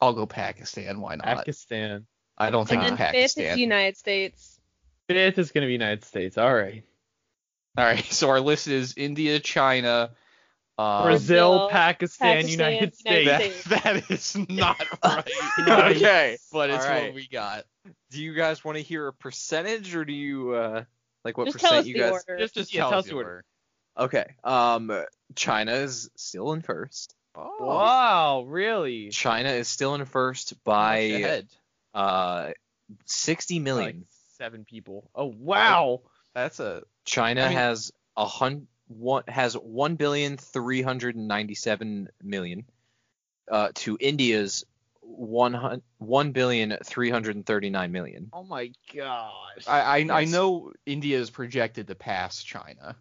Speaker 2: I'll go Pakistan. Why not?
Speaker 3: Pakistan.
Speaker 2: I don't think
Speaker 4: and then
Speaker 2: it's
Speaker 4: fifth
Speaker 2: Pakistan.
Speaker 4: is United States.
Speaker 3: Fifth is gonna be United States. All right.
Speaker 2: All right. So our list is India, China. Um,
Speaker 3: Brazil,
Speaker 4: Brazil,
Speaker 3: Pakistan,
Speaker 4: Pakistan,
Speaker 3: United
Speaker 4: United
Speaker 3: States.
Speaker 2: that,
Speaker 4: States.
Speaker 2: that is not right.
Speaker 3: Nice.
Speaker 1: Okay.
Speaker 2: But it's
Speaker 1: All
Speaker 2: what
Speaker 1: right.
Speaker 2: we got.
Speaker 1: Do you guys want to hear a percentage or do you uh like what
Speaker 4: Just
Speaker 1: percent
Speaker 4: tell us
Speaker 1: you
Speaker 4: the
Speaker 1: guys
Speaker 4: order.
Speaker 3: Just, just yeah, tell us the order.
Speaker 1: Okay. Um China is still in first.
Speaker 2: Oh,
Speaker 3: Wow, really?
Speaker 1: China is still in first
Speaker 2: much
Speaker 1: by
Speaker 2: ahead.
Speaker 1: uh 60
Speaker 3: Like
Speaker 1: million.
Speaker 3: seven people. Oh wow.
Speaker 2: That's a
Speaker 1: China
Speaker 2: I mean-
Speaker 1: has a hun one has one billion three hundred and ninety seven million uh, to India's one hun- one billion three hundred and thirty nine million.
Speaker 3: Oh my gosh.
Speaker 2: I I, I
Speaker 1: Yes.
Speaker 2: know India is projected to pass China.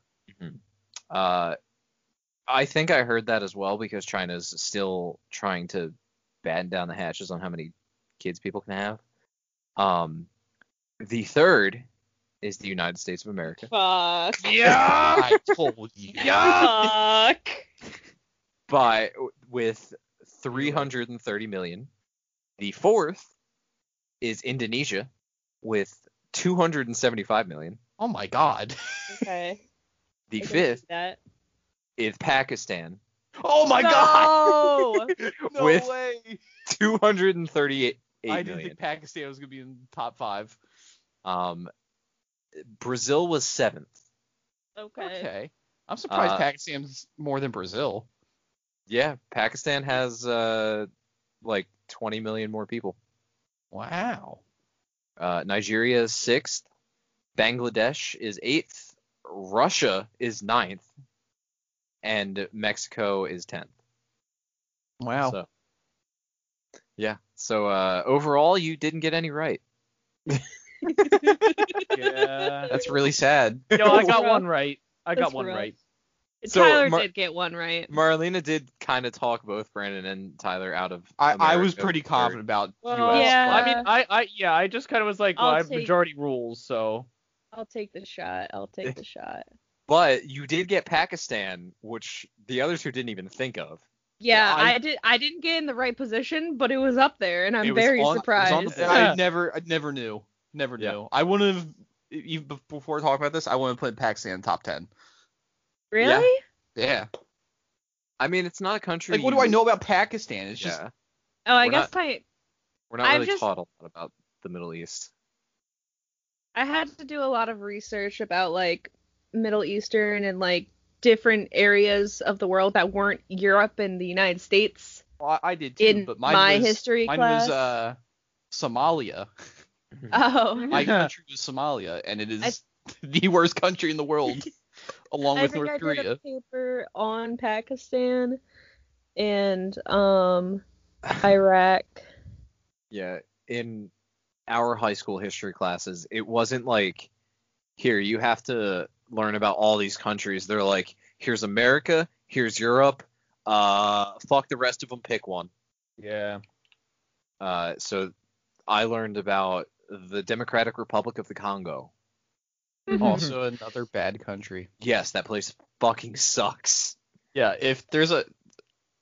Speaker 1: Uh, I think I heard that as well because China's still trying to batten down the hatches on how many kids people can have. Um, the third is the United States of America
Speaker 4: Fuck.
Speaker 3: yeah.
Speaker 2: I told you.
Speaker 4: Fuck.
Speaker 1: by with 330 million. The fourth is Indonesia with 275 million.
Speaker 2: Oh my god.
Speaker 4: Okay.
Speaker 1: The
Speaker 4: I can
Speaker 1: fifth
Speaker 4: see That.
Speaker 1: is Pakistan
Speaker 2: Oh my god.
Speaker 4: no!
Speaker 2: No
Speaker 1: With-
Speaker 2: way.
Speaker 1: 238
Speaker 2: I
Speaker 1: 8
Speaker 2: didn't
Speaker 1: million.
Speaker 2: think Pakistan was gonna be in the top five.
Speaker 1: Um Brazil was seventh.
Speaker 4: Okay.
Speaker 2: Okay. I'm surprised
Speaker 1: Uh,
Speaker 2: Pakistan's more than Brazil.
Speaker 1: Yeah, Pakistan has uh like 20 million more people.
Speaker 2: Wow.
Speaker 1: Uh, Nigeria is sixth. Bangladesh is eighth. Russia is ninth. And Mexico is tenth.
Speaker 2: Wow.
Speaker 1: So, yeah. So uh, overall, you didn't get any right.
Speaker 3: yeah.
Speaker 1: That's really sad.
Speaker 3: Yo, I got
Speaker 4: That's
Speaker 3: one right. I got
Speaker 4: That's
Speaker 3: one
Speaker 4: rough.
Speaker 3: right.
Speaker 1: So,
Speaker 4: Tyler
Speaker 1: Mar-
Speaker 4: did get one right.
Speaker 1: Marlena did kind of talk both Brandon and Tyler out of.
Speaker 2: I, I was
Speaker 1: America
Speaker 2: pretty
Speaker 1: for-
Speaker 2: confident about
Speaker 3: Well,
Speaker 2: US.
Speaker 4: Yeah.
Speaker 2: but-
Speaker 3: I mean, I, I, yeah, I just kind of was like, well,
Speaker 4: Uh, I'll
Speaker 3: I have
Speaker 4: take-
Speaker 3: majority rules, so.
Speaker 4: I'll take the shot. I'll take the shot.
Speaker 1: But you did get Pakistan, which the other two didn't even think of.
Speaker 4: Yeah,
Speaker 2: I-
Speaker 4: I, did. I didn't get in the right position, but it was up there, and
Speaker 1: It
Speaker 4: I'm
Speaker 1: was
Speaker 4: very
Speaker 1: on- it was
Speaker 4: surprised. Oh,
Speaker 1: on the
Speaker 2: And I never, I never knew, never knew.
Speaker 1: Yeah.
Speaker 2: I wouldn't have even bef- before talking about this. I wouldn't have put Pakistan top ten.
Speaker 4: really?
Speaker 2: Yeah.
Speaker 1: I mean, it's not a country.
Speaker 2: Like, what do
Speaker 1: you-
Speaker 2: I know about Pakistan? It's just
Speaker 1: yeah,
Speaker 4: Oh, I
Speaker 1: We're
Speaker 4: guess I
Speaker 1: we're not
Speaker 4: I've
Speaker 1: really
Speaker 4: just-
Speaker 1: taught a lot about the Middle East.
Speaker 4: I had to do a lot of research about like Middle Eastern and like different areas of the world that weren't Europe and the United States
Speaker 2: well, I I did too,
Speaker 4: in
Speaker 2: but mine
Speaker 4: my
Speaker 2: was,
Speaker 4: history
Speaker 2: mine
Speaker 4: class.
Speaker 2: was uh Somalia.
Speaker 1: Mm-hmm.
Speaker 4: oh,
Speaker 2: My country was Somalia, and it is
Speaker 4: I-
Speaker 2: the worst country in the world, along
Speaker 4: I
Speaker 2: with
Speaker 4: think
Speaker 2: North
Speaker 4: I
Speaker 2: Korea.
Speaker 4: did a paper on Pakistan and um Iraq.
Speaker 1: Yeah, in our high school history classes, it wasn't like here you have to learn about all these countries. They're like, here's America, here's Europe, uh, fuck the rest of them, pick one.
Speaker 3: Yeah.
Speaker 1: Uh, so I learned about the Democratic Republic of the Congo.
Speaker 2: Also, another bad country.
Speaker 1: Yes, that place fucking sucks.
Speaker 2: Yeah, if there's a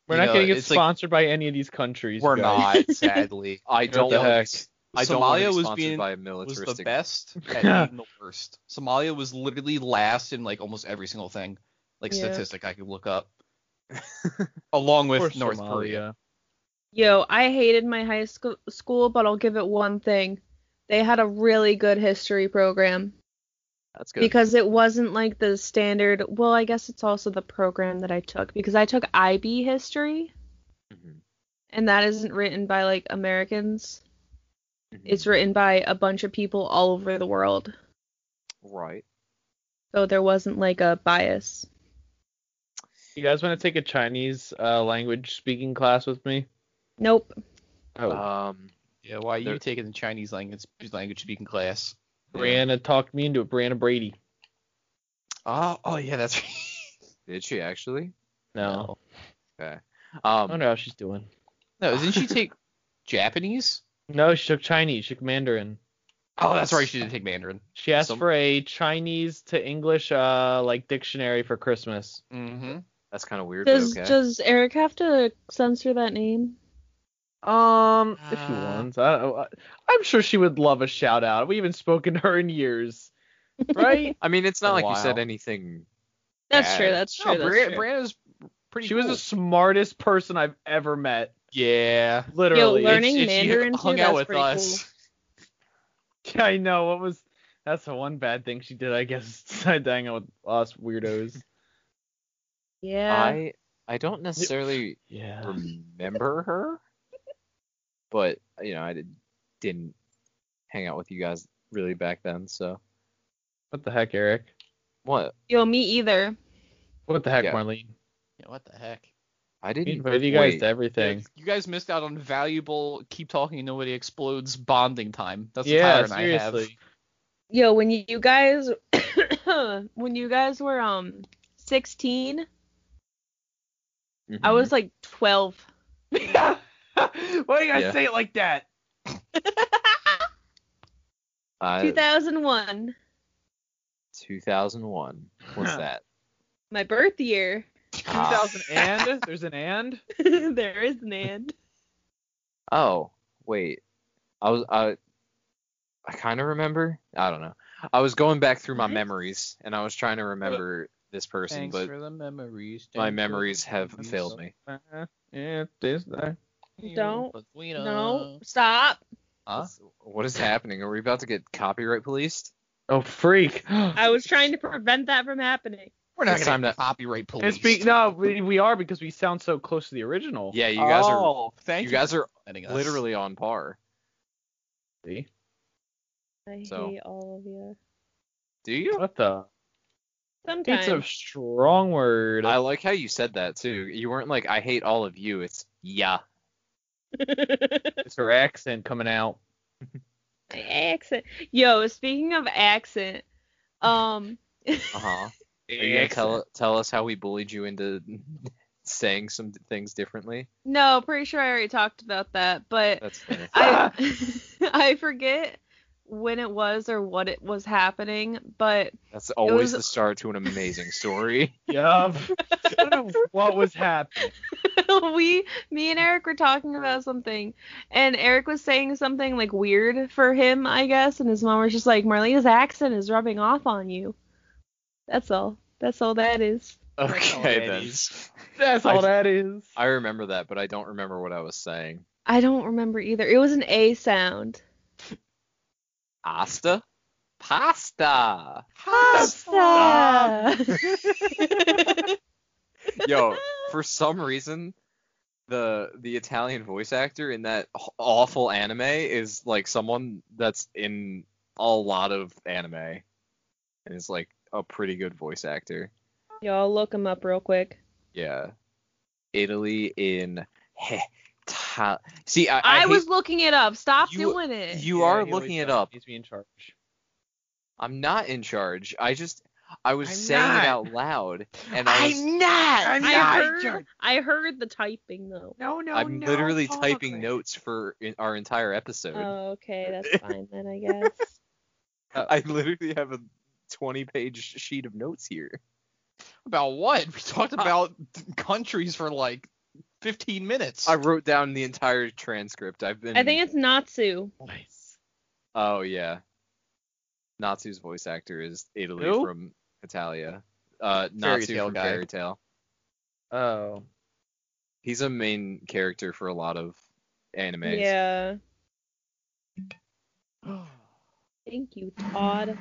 Speaker 3: We're
Speaker 2: you
Speaker 3: not
Speaker 2: know,
Speaker 3: going to get
Speaker 2: it's like-
Speaker 3: sponsored by any of these countries.
Speaker 2: we're
Speaker 3: guys.
Speaker 2: not, sadly.
Speaker 1: I don't
Speaker 3: the
Speaker 1: want to be
Speaker 3: heck?
Speaker 1: s- I don't want to
Speaker 2: Somalia
Speaker 1: be
Speaker 2: was
Speaker 1: sponsored
Speaker 2: being-
Speaker 1: by a
Speaker 2: was
Speaker 1: militaristic.
Speaker 2: the best at being the worst. Somalia was literally last in like almost every single thing, like
Speaker 4: Yeah.
Speaker 2: statistic I could look up. along
Speaker 3: Or
Speaker 2: with North
Speaker 3: Somalia.
Speaker 2: Korea.
Speaker 4: Yo, I hated my high school school, but I'll give it one thing. They had a really good history program
Speaker 1: That's good.
Speaker 4: because it wasn't like the standard. Well, I guess it's also the program that I took because I took IB history
Speaker 1: Mhm,
Speaker 4: and that isn't written by like Americans.
Speaker 1: mhm.
Speaker 4: It's written by a bunch of people all over the world.
Speaker 1: right.
Speaker 4: So there wasn't like a bias.
Speaker 3: You guys want to take a Chinese uh, language speaking class with me?
Speaker 4: Nope.
Speaker 3: Oh,
Speaker 2: Uh,
Speaker 1: Um,
Speaker 2: Yeah, why are you
Speaker 1: They're-
Speaker 2: taking the Chinese language language speaking class?
Speaker 3: Brianna talked me into it. Brianna Brady.
Speaker 2: Oh, oh yeah, that's right.
Speaker 1: did she actually?
Speaker 3: No, I
Speaker 1: Um,
Speaker 4: Oh,
Speaker 3: don't know how she's doing.
Speaker 2: No, didn't she take Japanese?
Speaker 3: No, she took Chinese. She took Mandarin.
Speaker 2: Oh, that's right, she did take Mandarin.
Speaker 3: She asked
Speaker 2: Some-
Speaker 3: for a Chinese to English uh like dictionary for Christmas.
Speaker 2: Mm-hmm.
Speaker 1: that's kind of weird. but
Speaker 4: Does
Speaker 1: okay.
Speaker 4: does Eric have to censor that name?
Speaker 3: Um, if she
Speaker 2: Uh.
Speaker 3: wants, I, I, I'm sure she would love a shout out. We haven't spoken to her in years, right?
Speaker 1: I mean, it's not
Speaker 2: a
Speaker 1: like you said
Speaker 2: while.
Speaker 1: anything.
Speaker 4: That's
Speaker 1: Yeah.
Speaker 4: true. That's true.
Speaker 2: No,
Speaker 4: that's
Speaker 2: Bri-
Speaker 4: true.
Speaker 2: Brianna's pretty.
Speaker 3: she was
Speaker 2: cool.
Speaker 3: the smartest person I've ever met.
Speaker 2: yeah.
Speaker 3: Literally,
Speaker 4: Yo, learning
Speaker 2: If- if she
Speaker 4: Mandarin too,
Speaker 2: hung
Speaker 4: that's
Speaker 2: out with
Speaker 4: pretty
Speaker 2: us.
Speaker 3: Yeah, I know. What was that's the one bad thing she did, I guess. Decided to hang out with us weirdos.
Speaker 4: cool. Yeah.
Speaker 1: I I don't necessarily
Speaker 3: Yeah.
Speaker 1: remember her, but you know, I did, didn't hang out with you guys really back then. So
Speaker 3: What the heck, Eric?
Speaker 1: what?
Speaker 4: Yo, me either.
Speaker 3: What the heck,
Speaker 1: Yeah.
Speaker 3: Marlene?
Speaker 2: Yeah, what the heck?
Speaker 1: I
Speaker 3: We
Speaker 1: didn't.
Speaker 3: invited you guys
Speaker 1: wait,
Speaker 3: to everything.
Speaker 2: You guys missed out on valuable keep talking and nobody explodes bonding time. That's the
Speaker 3: yeah,
Speaker 2: pattern I have.
Speaker 3: seriously.
Speaker 4: Yo, when you, you guys when you guys were um 16, I
Speaker 1: mhm.
Speaker 4: was like 12.
Speaker 3: Why do you guys
Speaker 1: Yeah.
Speaker 3: say it like that?
Speaker 1: I,
Speaker 4: 2001,
Speaker 1: 2001. What's that?
Speaker 4: my birth year.
Speaker 1: Ah.
Speaker 3: 2000 and there's an and.
Speaker 4: there is an and.
Speaker 1: Oh, wait. I was I I kind of remember. I don't know. I was going back through my
Speaker 4: What?
Speaker 1: memories and I was trying to remember this person, but
Speaker 2: the memories.
Speaker 1: my memories have failed me.
Speaker 3: Uh, yeah, this, uh,
Speaker 4: Don't. No, stop.
Speaker 2: Huh?
Speaker 1: What is happening? Are we about to get copyright policed?
Speaker 3: Oh freak!
Speaker 4: I was trying to prevent that from happening.
Speaker 2: We're not
Speaker 1: It's
Speaker 2: gonna
Speaker 1: time to-
Speaker 2: copyright police.
Speaker 3: It's be- no, we, we are because we sound so close to the original.
Speaker 1: Yeah, you guys are
Speaker 2: oh, thank
Speaker 1: you guys are
Speaker 2: are
Speaker 1: literally on par.
Speaker 3: See?
Speaker 4: I
Speaker 1: So.
Speaker 4: hate all of you.
Speaker 1: Do you?
Speaker 3: What the? It's a
Speaker 4: Sometimes.
Speaker 3: strong word.
Speaker 1: I like how you said that too. You weren't like I hate all of you. It's yeah.
Speaker 3: It's her accent coming out.
Speaker 4: My accent. Yo, speaking of accent, um
Speaker 1: Uh-huh. Are you gonna tell tell us how we bullied you into saying some things differently?
Speaker 4: no, pretty sure I already talked about that, but
Speaker 1: That's fair.
Speaker 4: I I forget when it was or what it was happening, but
Speaker 1: That's always
Speaker 4: was-
Speaker 1: the start to an amazing story.
Speaker 3: Yup. I don't know what was happening.
Speaker 4: we me and Eric were talking about something and Eric was saying something like weird for him, I guess, and his mom was just like, Marlena's accent is rubbing off on you. That's all. That's all that is.
Speaker 1: okay then.
Speaker 3: That's all
Speaker 1: I-
Speaker 3: that is.
Speaker 1: I remember that, but I don't remember what I was saying.
Speaker 4: I don't remember either. It was an A sound.
Speaker 1: Pasta? Pasta.
Speaker 4: Pasta.
Speaker 1: Yo, for some reason, the the Italian voice actor in that h- awful anime is like someone that's in a lot of anime, and is like a pretty good voice actor.
Speaker 4: Y'all look him up real quick.
Speaker 1: Yeah, Italy in heh, ta- See, I, I,
Speaker 4: I,
Speaker 1: hate-
Speaker 4: was looking it up. Stop
Speaker 1: You-
Speaker 4: doing it.
Speaker 1: You
Speaker 3: Yeah,
Speaker 1: are
Speaker 3: he always
Speaker 1: looking it
Speaker 3: does.
Speaker 1: up.
Speaker 3: He's being charged.
Speaker 1: I'm not in charge. I just I was
Speaker 3: I'm
Speaker 1: saying
Speaker 3: not.
Speaker 1: it out loud, and I was,
Speaker 2: I'm not.
Speaker 3: I'm
Speaker 4: I
Speaker 3: not
Speaker 4: heard, I heard the typing though.
Speaker 3: No, no,
Speaker 1: I'm literally typing notes for in our entire episode.
Speaker 4: Oh, okay, that's fine then, I guess.
Speaker 1: I literally have a 20 page sheet of notes here.
Speaker 2: About what? We talked
Speaker 3: Uh,
Speaker 2: about countries for like 15 minutes.
Speaker 1: I wrote down the entire transcript. I've been.
Speaker 4: I think it's Natsu.
Speaker 3: Nice.
Speaker 1: Oh yeah. Natsu's voice actor is Italy
Speaker 3: Who?
Speaker 1: from Italia. Uh,
Speaker 2: Fairy
Speaker 1: Natsu
Speaker 2: Tail
Speaker 1: from
Speaker 2: guy.
Speaker 1: Fairy Tail.
Speaker 3: Oh.
Speaker 1: He's a main character for a lot of animes.
Speaker 4: Yeah. Thank you, Todd.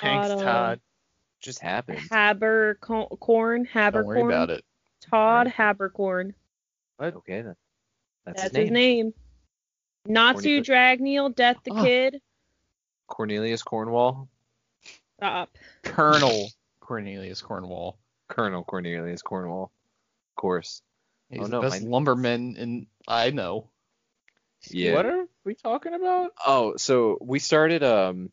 Speaker 2: Thanks,
Speaker 4: Todd, uh,
Speaker 2: Todd.
Speaker 1: Just happened.
Speaker 4: Habercorn. Habercorn.
Speaker 2: Don't worry about it.
Speaker 4: Todd Habercorn.
Speaker 1: Okay then. That's,
Speaker 4: That's,
Speaker 1: his, name.
Speaker 4: his name. Natsu
Speaker 1: Cornelius-
Speaker 4: Dragneel, Death the
Speaker 2: Oh.
Speaker 4: Kid.
Speaker 1: Cornelius Cornwall.
Speaker 4: Stop.
Speaker 2: Colonel Cornelius Cornwall.
Speaker 1: Colonel Cornelius Cornwall. Of course.
Speaker 2: He's
Speaker 1: Oh,
Speaker 2: the
Speaker 1: no,
Speaker 2: best
Speaker 1: my-
Speaker 2: lumberman in I know.
Speaker 1: Yeah.
Speaker 3: What are we talking about?
Speaker 1: Oh, so we started um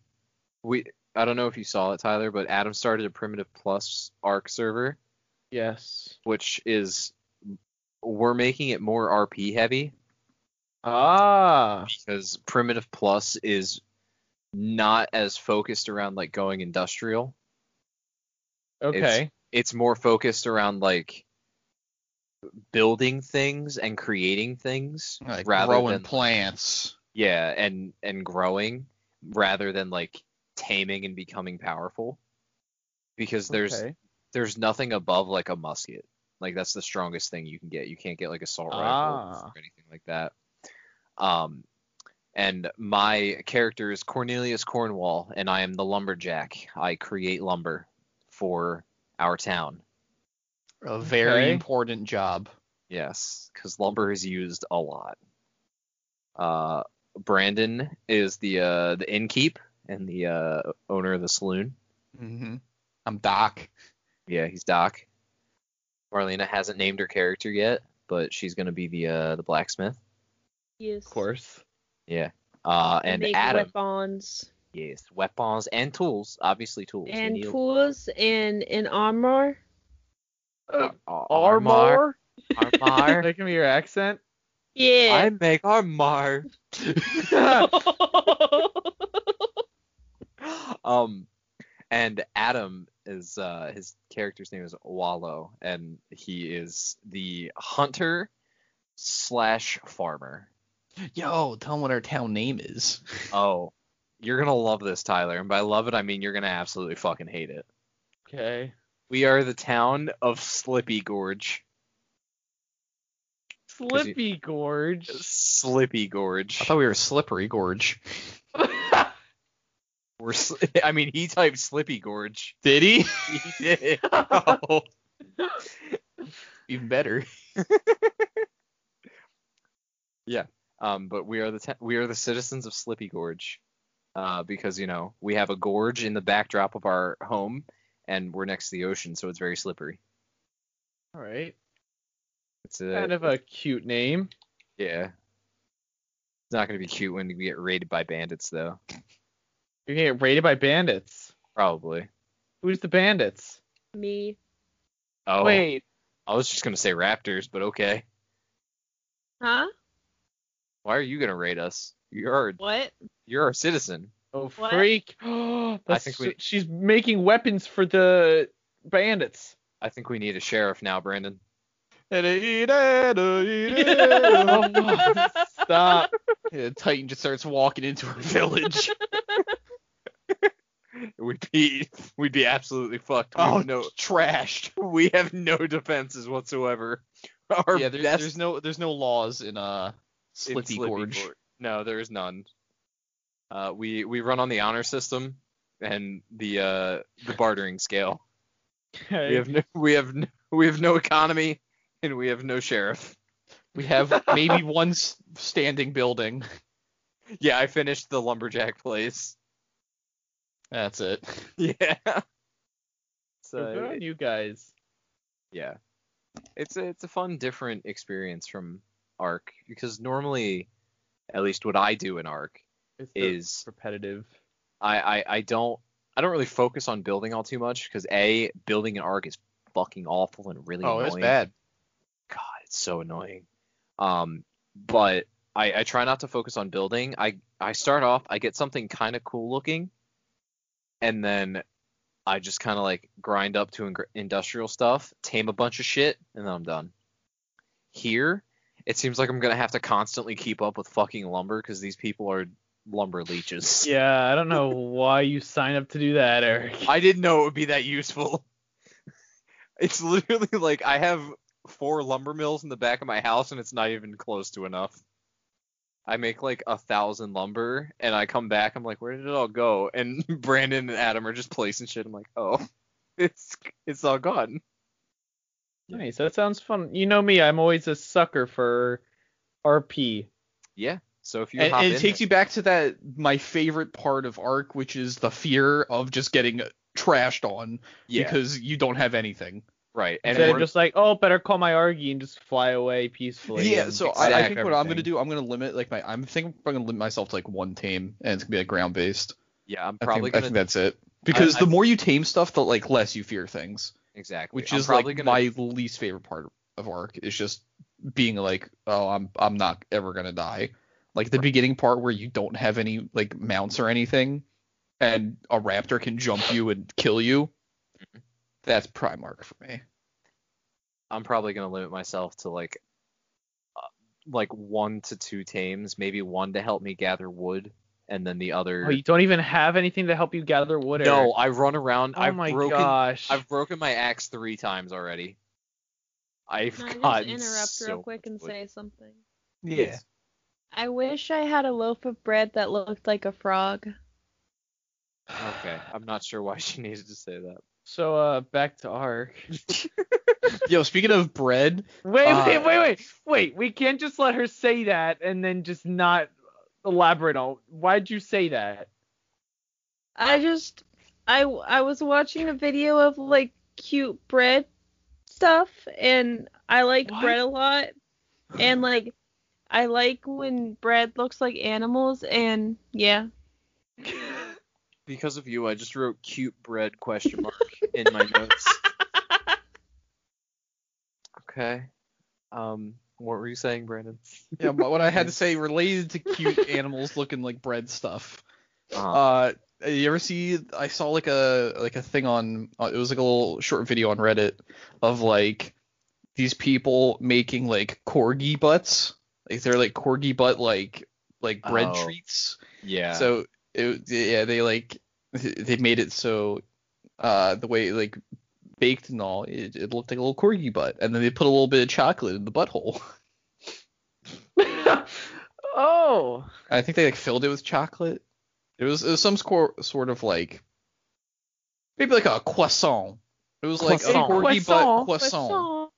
Speaker 1: we I don't know if you saw it, Tyler, but Adam started a Primitive Plus Arc server,
Speaker 3: Yes.
Speaker 1: which is we're making it more RP heavy
Speaker 3: Ah.
Speaker 1: because Primitive Plus is not as focused around like going industrial.
Speaker 3: Okay.
Speaker 1: It's more focused around like building things and creating things
Speaker 2: Like
Speaker 1: rather
Speaker 2: growing
Speaker 1: than
Speaker 2: plants.
Speaker 1: yeah, and and growing rather than like taming and becoming powerful. Because there's
Speaker 3: Okay.
Speaker 1: there's nothing above like a musket. Like that's the strongest thing you can get. You can't get like assault rifle
Speaker 3: Ah.
Speaker 1: or anything like that. Um, and my character is Cornelius Cornwall, and I am the lumberjack. I create lumber for our town.
Speaker 2: A very
Speaker 3: Okay.
Speaker 2: important job.
Speaker 1: Yes, because lumber is used a lot. Uh, Brandon is the uh, the innkeep and the uh, owner of the saloon.
Speaker 2: hmm I'm Doc.
Speaker 1: Yeah, he's Doc. Marlena hasn't named her character yet, but she's gonna be the uh, the blacksmith.
Speaker 4: Yes.
Speaker 3: Of course.
Speaker 1: Yeah. Uh,
Speaker 4: They
Speaker 1: and
Speaker 4: make
Speaker 1: Adam.
Speaker 4: Weapons
Speaker 1: Yes, weapons and tools. Obviously tools. They
Speaker 4: and
Speaker 1: need
Speaker 4: tools and, and armor.
Speaker 3: Uh,
Speaker 1: ar- armor.
Speaker 3: Armor.
Speaker 1: Armor.
Speaker 3: That can be your accent.
Speaker 1: I
Speaker 4: Yeah.
Speaker 1: make armor. um, and Adam is uh his character's name is Wallow, and he is the hunter slash farmer.
Speaker 2: Yo, tell him what our town name is.
Speaker 1: Oh, you're gonna love this, Tyler. And by love it, I mean you're gonna absolutely fucking hate it.
Speaker 3: Okay.
Speaker 1: We are the town of Slippy Gorge.
Speaker 3: Slippy Gorge.
Speaker 1: Slippy Gorge.
Speaker 2: I thought we were Slippery Gorge.
Speaker 1: We're sl- I mean, he typed Slippy Gorge.
Speaker 2: Did he?
Speaker 1: He did.
Speaker 2: oh. Even better.
Speaker 1: um, but we are the te- we are the citizens of Slippy Gorge, uh, because you know we have a gorge in the backdrop of our home, and we're next to the ocean, so it's very slippery.
Speaker 3: All right.
Speaker 1: It's a,
Speaker 3: Kind of a cute name.
Speaker 1: yeah. It's not gonna be cute when we get raided by bandits, though.
Speaker 3: You're gonna get raided by bandits.
Speaker 1: Probably.
Speaker 3: Who's the bandits?
Speaker 4: Me.
Speaker 1: Oh,
Speaker 3: Wait.
Speaker 1: I was just gonna say raptors, but okay.
Speaker 4: Huh?
Speaker 1: Why are you gonna raid us? You're our,
Speaker 4: What?
Speaker 1: you're our citizen.
Speaker 3: Oh
Speaker 4: What?
Speaker 3: freak. I
Speaker 1: think we-
Speaker 3: She's making weapons for the bandits.
Speaker 1: I think we need a sheriff now, Brandon.
Speaker 2: Yeah, Ah.
Speaker 3: Stop.
Speaker 2: Titan just starts walking into our village.
Speaker 1: We'd be we'd be absolutely fucked. We
Speaker 2: Oh
Speaker 1: would
Speaker 2: no, trashed.
Speaker 1: we have no defenses whatsoever. Our
Speaker 2: yeah, there's,
Speaker 1: best
Speaker 2: there's no there's no laws in uh
Speaker 1: in
Speaker 2: Slippy,
Speaker 1: Slippy
Speaker 2: Gorge.
Speaker 1: No, there is none. Uh, we we run on the honor system and the uh, the bartering scale.
Speaker 3: Okay.
Speaker 1: We have no, we have no, we have no economy and we have no sheriff.
Speaker 2: We have maybe one s- standing building.
Speaker 1: Yeah, I finished the lumberjack place.
Speaker 2: That's it.
Speaker 1: Yeah.
Speaker 3: so good
Speaker 1: So
Speaker 3: on you guys.
Speaker 1: yeah, it's a it's a fun different experience from Arc because normally, at least what I do in Arc
Speaker 3: It's the
Speaker 1: is
Speaker 3: repetitive.
Speaker 1: I, I I don't I don't really focus on building all too much because a building an arc is fucking awful and really
Speaker 2: Oh,
Speaker 1: annoying.
Speaker 2: it's bad.
Speaker 1: God, it's so annoying. Um, but I I try not to focus on building. I I start off I get something kind of cool looking, and then I just kind of like grind up to ingr industrial stuff, tame a bunch of shit, and then I'm done. Here, it seems like I'm gonna have to constantly keep up with fucking lumber because these people are lumber leeches.
Speaker 3: Yeah, I don't know why you signed up to do that, Eric.
Speaker 1: I didn't know it would be that useful. It's literally like I have four lumber mills in the back of my house, and it's not even close to enough. I make like a thousand lumber, and I come back. I'm like, where did it all go? And Brandon and Adam are just placing shit. I'm like, oh, it's it's all gone.
Speaker 3: Nice. That sounds fun. You know me, I'm always a sucker for RP.
Speaker 1: Yeah. So if you
Speaker 2: and,
Speaker 1: hop
Speaker 2: and
Speaker 1: in
Speaker 2: it takes you back to that my favorite part of Arc, which is the fear of just getting trashed on
Speaker 1: yeah,
Speaker 2: because you don't have anything.
Speaker 1: right. And
Speaker 3: Instead of
Speaker 1: we're-
Speaker 3: just like, oh, better call my Argy and just fly away peacefully.
Speaker 2: yeah,
Speaker 3: and
Speaker 2: so I, I
Speaker 1: exact
Speaker 2: think what I'm gonna
Speaker 3: everything.
Speaker 2: do, I'm gonna limit like my, I'm thinking I'm gonna limit myself to like one tame, and it's gonna be like ground based.
Speaker 1: yeah, I'm
Speaker 2: I
Speaker 1: probably
Speaker 2: think, I
Speaker 1: gonna
Speaker 2: think that's it. Because
Speaker 1: I-
Speaker 2: the more you tame stuff, the like less you fear things,
Speaker 1: exactly.
Speaker 2: which
Speaker 1: I'm
Speaker 2: is like
Speaker 1: probably gonna,
Speaker 2: my least favorite part of Arc. Is just being like, oh, I'm I'm not ever gonna die. Like the beginning part where you don't have any like mounts or anything, and a raptor can jump you and kill you.
Speaker 1: Mm-hmm.
Speaker 2: That's prime Arc for me.
Speaker 1: I'm probably gonna limit myself to like uh, like one to two tames, maybe one to help me gather wood, and then the other.
Speaker 3: Oh, you don't even have anything to help you gather wood.
Speaker 1: no,
Speaker 3: Eric.
Speaker 1: I run around.
Speaker 3: Oh
Speaker 1: I've
Speaker 3: my
Speaker 1: broken.
Speaker 3: gosh.
Speaker 1: I've broken my axe three times already. I've
Speaker 4: Can I
Speaker 1: gotten
Speaker 4: just interrupt
Speaker 1: so
Speaker 4: real quick and
Speaker 1: much wood.
Speaker 4: say something?
Speaker 1: Yeah.
Speaker 4: I wish I had a loaf of bread that looked like a frog.
Speaker 1: Okay, I'm not sure why she needed to say that.
Speaker 3: So uh, back to Ark.
Speaker 2: Yo, speaking of bread,
Speaker 3: Wait,
Speaker 2: Uh,
Speaker 3: wait, wait, wait, wait. We can't just let her say that and then just not elaborate on. Why'd you say that?
Speaker 4: I just I I was watching a video of like cute bread stuff and I like
Speaker 3: What?
Speaker 4: bread a lot and like I like when bread looks like animals and yeah.
Speaker 1: Because of you, I just wrote cute bread question mark in my notes. Okay. Um, what were you saying, Brandon?
Speaker 2: yeah, but what I had to say related to cute animals looking like bread stuff.
Speaker 1: Uh,
Speaker 2: Uh, you ever see? I saw like a like a thing on. Uh, it was like a little short video on Reddit of like these people making like corgi butts. Like they're like corgi butt like like bread
Speaker 1: Oh.
Speaker 2: treats.
Speaker 1: yeah.
Speaker 2: So it yeah they like they made it so uh the way like baked and all it, it looked like a little corgi butt and then they put a little bit of chocolate in the butthole.
Speaker 3: oh.
Speaker 2: I think they like filled it with chocolate. It was, it was some score, sort of like maybe like a croissant. It was like
Speaker 1: Croissant.
Speaker 2: a corgi
Speaker 3: Croissant.
Speaker 2: butt croissant.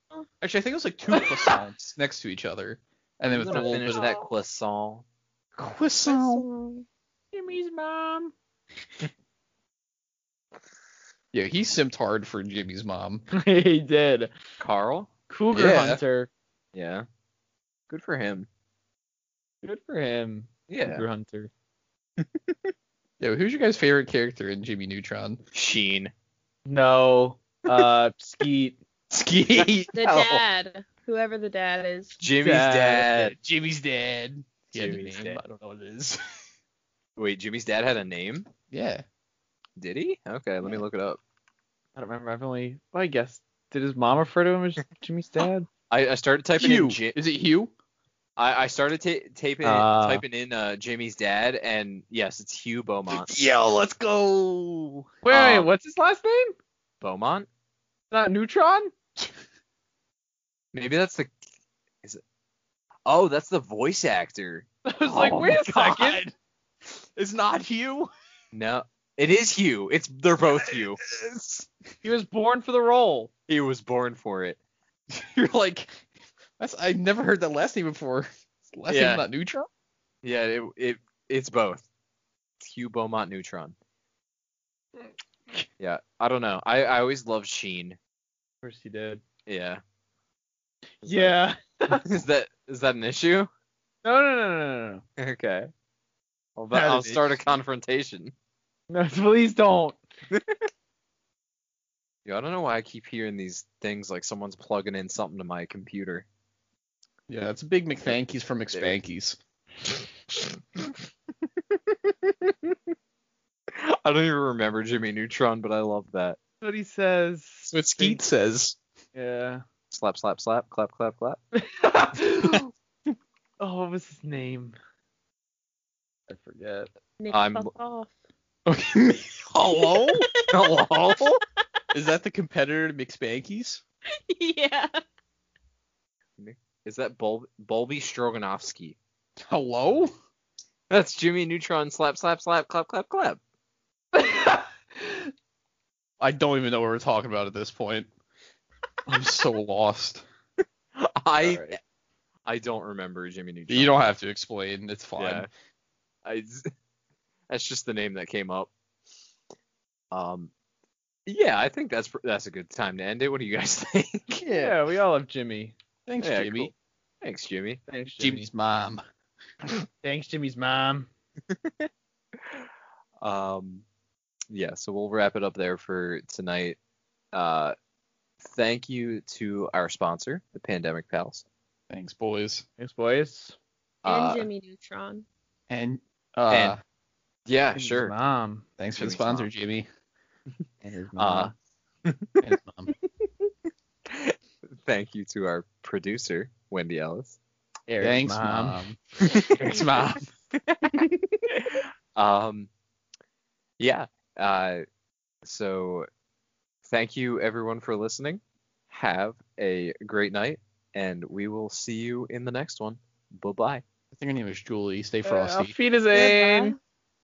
Speaker 2: Actually, I think it was like two croissants next to each other, and then
Speaker 1: I'm
Speaker 2: with a
Speaker 1: gonna
Speaker 2: little
Speaker 1: finish
Speaker 2: bit of
Speaker 1: that croissant.
Speaker 2: croissant.
Speaker 3: Jimmy's mom.
Speaker 2: Yeah, he simped hard for Jimmy's mom.
Speaker 3: he did.
Speaker 1: Carl?
Speaker 3: Cougar
Speaker 2: Yeah.
Speaker 3: hunter.
Speaker 1: Yeah. Good for him.
Speaker 3: Good for him.
Speaker 1: Yeah.
Speaker 3: Cougar hunter.
Speaker 2: Yo, who's your guys' favorite character in Jimmy Neutron?
Speaker 1: Sheen.
Speaker 3: No. Uh, Skeet.
Speaker 2: Skeet.
Speaker 4: The
Speaker 1: Oh.
Speaker 4: dad, whoever the dad is.
Speaker 1: Jimmy's
Speaker 3: Dad.
Speaker 1: dad.
Speaker 2: Uh, Jimmy's dad. He had a
Speaker 1: Jimmy's
Speaker 2: name,
Speaker 1: dad.
Speaker 2: I don't know what it is.
Speaker 1: Wait, Jimmy's dad had a name?
Speaker 2: yeah.
Speaker 1: Did he? Okay, let me look it up.
Speaker 3: I don't remember. I've only. Well, I guess. Did his mom refer to him as Jimmy's dad?
Speaker 1: I, I started typing
Speaker 2: Hugh.
Speaker 1: in Ji-
Speaker 2: Is it Hugh?
Speaker 1: I, I started ta- taping
Speaker 3: Ah.
Speaker 1: typing in uh, Jimmy's dad, and yes, it's Hugh Beaumont.
Speaker 2: Yo, let's go.
Speaker 3: Wait, wait,
Speaker 1: Uh,
Speaker 3: what's his last name?
Speaker 1: Beaumont?
Speaker 3: Not Neutron?
Speaker 1: Maybe that's the. Is it? Oh, that's the voice actor.
Speaker 3: I was like,
Speaker 2: Oh
Speaker 3: wait
Speaker 2: my
Speaker 3: a second.
Speaker 2: God. It's not Hugh.
Speaker 1: No, it is Hugh. It's they're both Hugh.
Speaker 3: He was born for the role.
Speaker 1: He was born for it.
Speaker 2: You're like, that's I never heard that last name before. Last
Speaker 1: Yeah.
Speaker 2: name's not Neutron.
Speaker 1: Yeah, it it it's both. It's Hugh Beaumont Neutron. Yeah, I don't know. I I always loved Sheen.
Speaker 3: Of course he did.
Speaker 1: Yeah. Is
Speaker 3: Yeah.
Speaker 1: that- Is that is that an issue?
Speaker 3: No, no, no, no, no, no.
Speaker 1: Okay. Well,
Speaker 2: That
Speaker 1: that, I'll
Speaker 2: is-
Speaker 1: start a confrontation.
Speaker 3: No, please don't.
Speaker 1: Yo, I don't know why I keep hearing these things like someone's plugging in something to my computer.
Speaker 2: Yeah, it's a big McThankies from McSpankies.
Speaker 1: I don't even remember Jimmy Neutron, but I love that.
Speaker 3: That's what he says.
Speaker 2: That's what Skeet says.
Speaker 3: Yeah.
Speaker 1: Slap, slap, slap, clap, clap, clap.
Speaker 3: oh, what was his name? I forget.
Speaker 4: Nick,
Speaker 1: I'm-
Speaker 4: fuck off.
Speaker 2: Hello?
Speaker 1: Hello?
Speaker 2: Is that the competitor to McSpankies?
Speaker 4: yeah.
Speaker 1: Is that Bul- Bulby Stroganovsky?
Speaker 2: Hello?
Speaker 1: That's Jimmy Neutron slap slap slap clap clap clap.
Speaker 2: I don't even know what we're talking about at this point. I'm so lost.
Speaker 1: I
Speaker 3: Alright.
Speaker 1: I don't remember Jimmy Neutron.
Speaker 2: You don't have to explain. It's fine.
Speaker 1: Yeah. I, that's just the name that came up. Um, yeah, I think that's pr- that's a good time to end it. What do you guys think?
Speaker 3: Yeah, we all love Jimmy.
Speaker 2: Thanks,
Speaker 1: Yeah,
Speaker 2: Jimmy.
Speaker 1: cool. Thanks, Jimmy.
Speaker 3: Thanks,
Speaker 2: Jimmy's mom.
Speaker 3: Thanks, Jimmy's mom.
Speaker 1: Um, yeah, so we'll wrap it up there for tonight. Uh, thank you to our sponsor, the Pandemic Pals.
Speaker 2: Thanks, boys.
Speaker 3: Thanks, boys.
Speaker 4: And
Speaker 1: Uh,
Speaker 4: Jimmy Neutron.
Speaker 2: And uh,
Speaker 1: And- Yeah,
Speaker 3: Jimmy's
Speaker 1: sure.
Speaker 3: Mom.
Speaker 2: thanks for
Speaker 1: Jimmy's
Speaker 2: the sponsor,
Speaker 1: mom.
Speaker 2: Jimmy. And his
Speaker 1: mom.
Speaker 2: and his mom.
Speaker 1: Thank you to our producer, Wendy Ellis.
Speaker 3: Eric's
Speaker 2: Thanks,
Speaker 3: mom.
Speaker 2: mom. Thanks, mom.
Speaker 1: um, yeah. Uh, so thank you everyone for listening. Have a great night, and we will see you in the next one. Bye bye.
Speaker 2: I think her name is Julie. Stay
Speaker 3: Uh,
Speaker 2: frosty.
Speaker 3: auf Wiedersehen.
Speaker 4: Goodbye.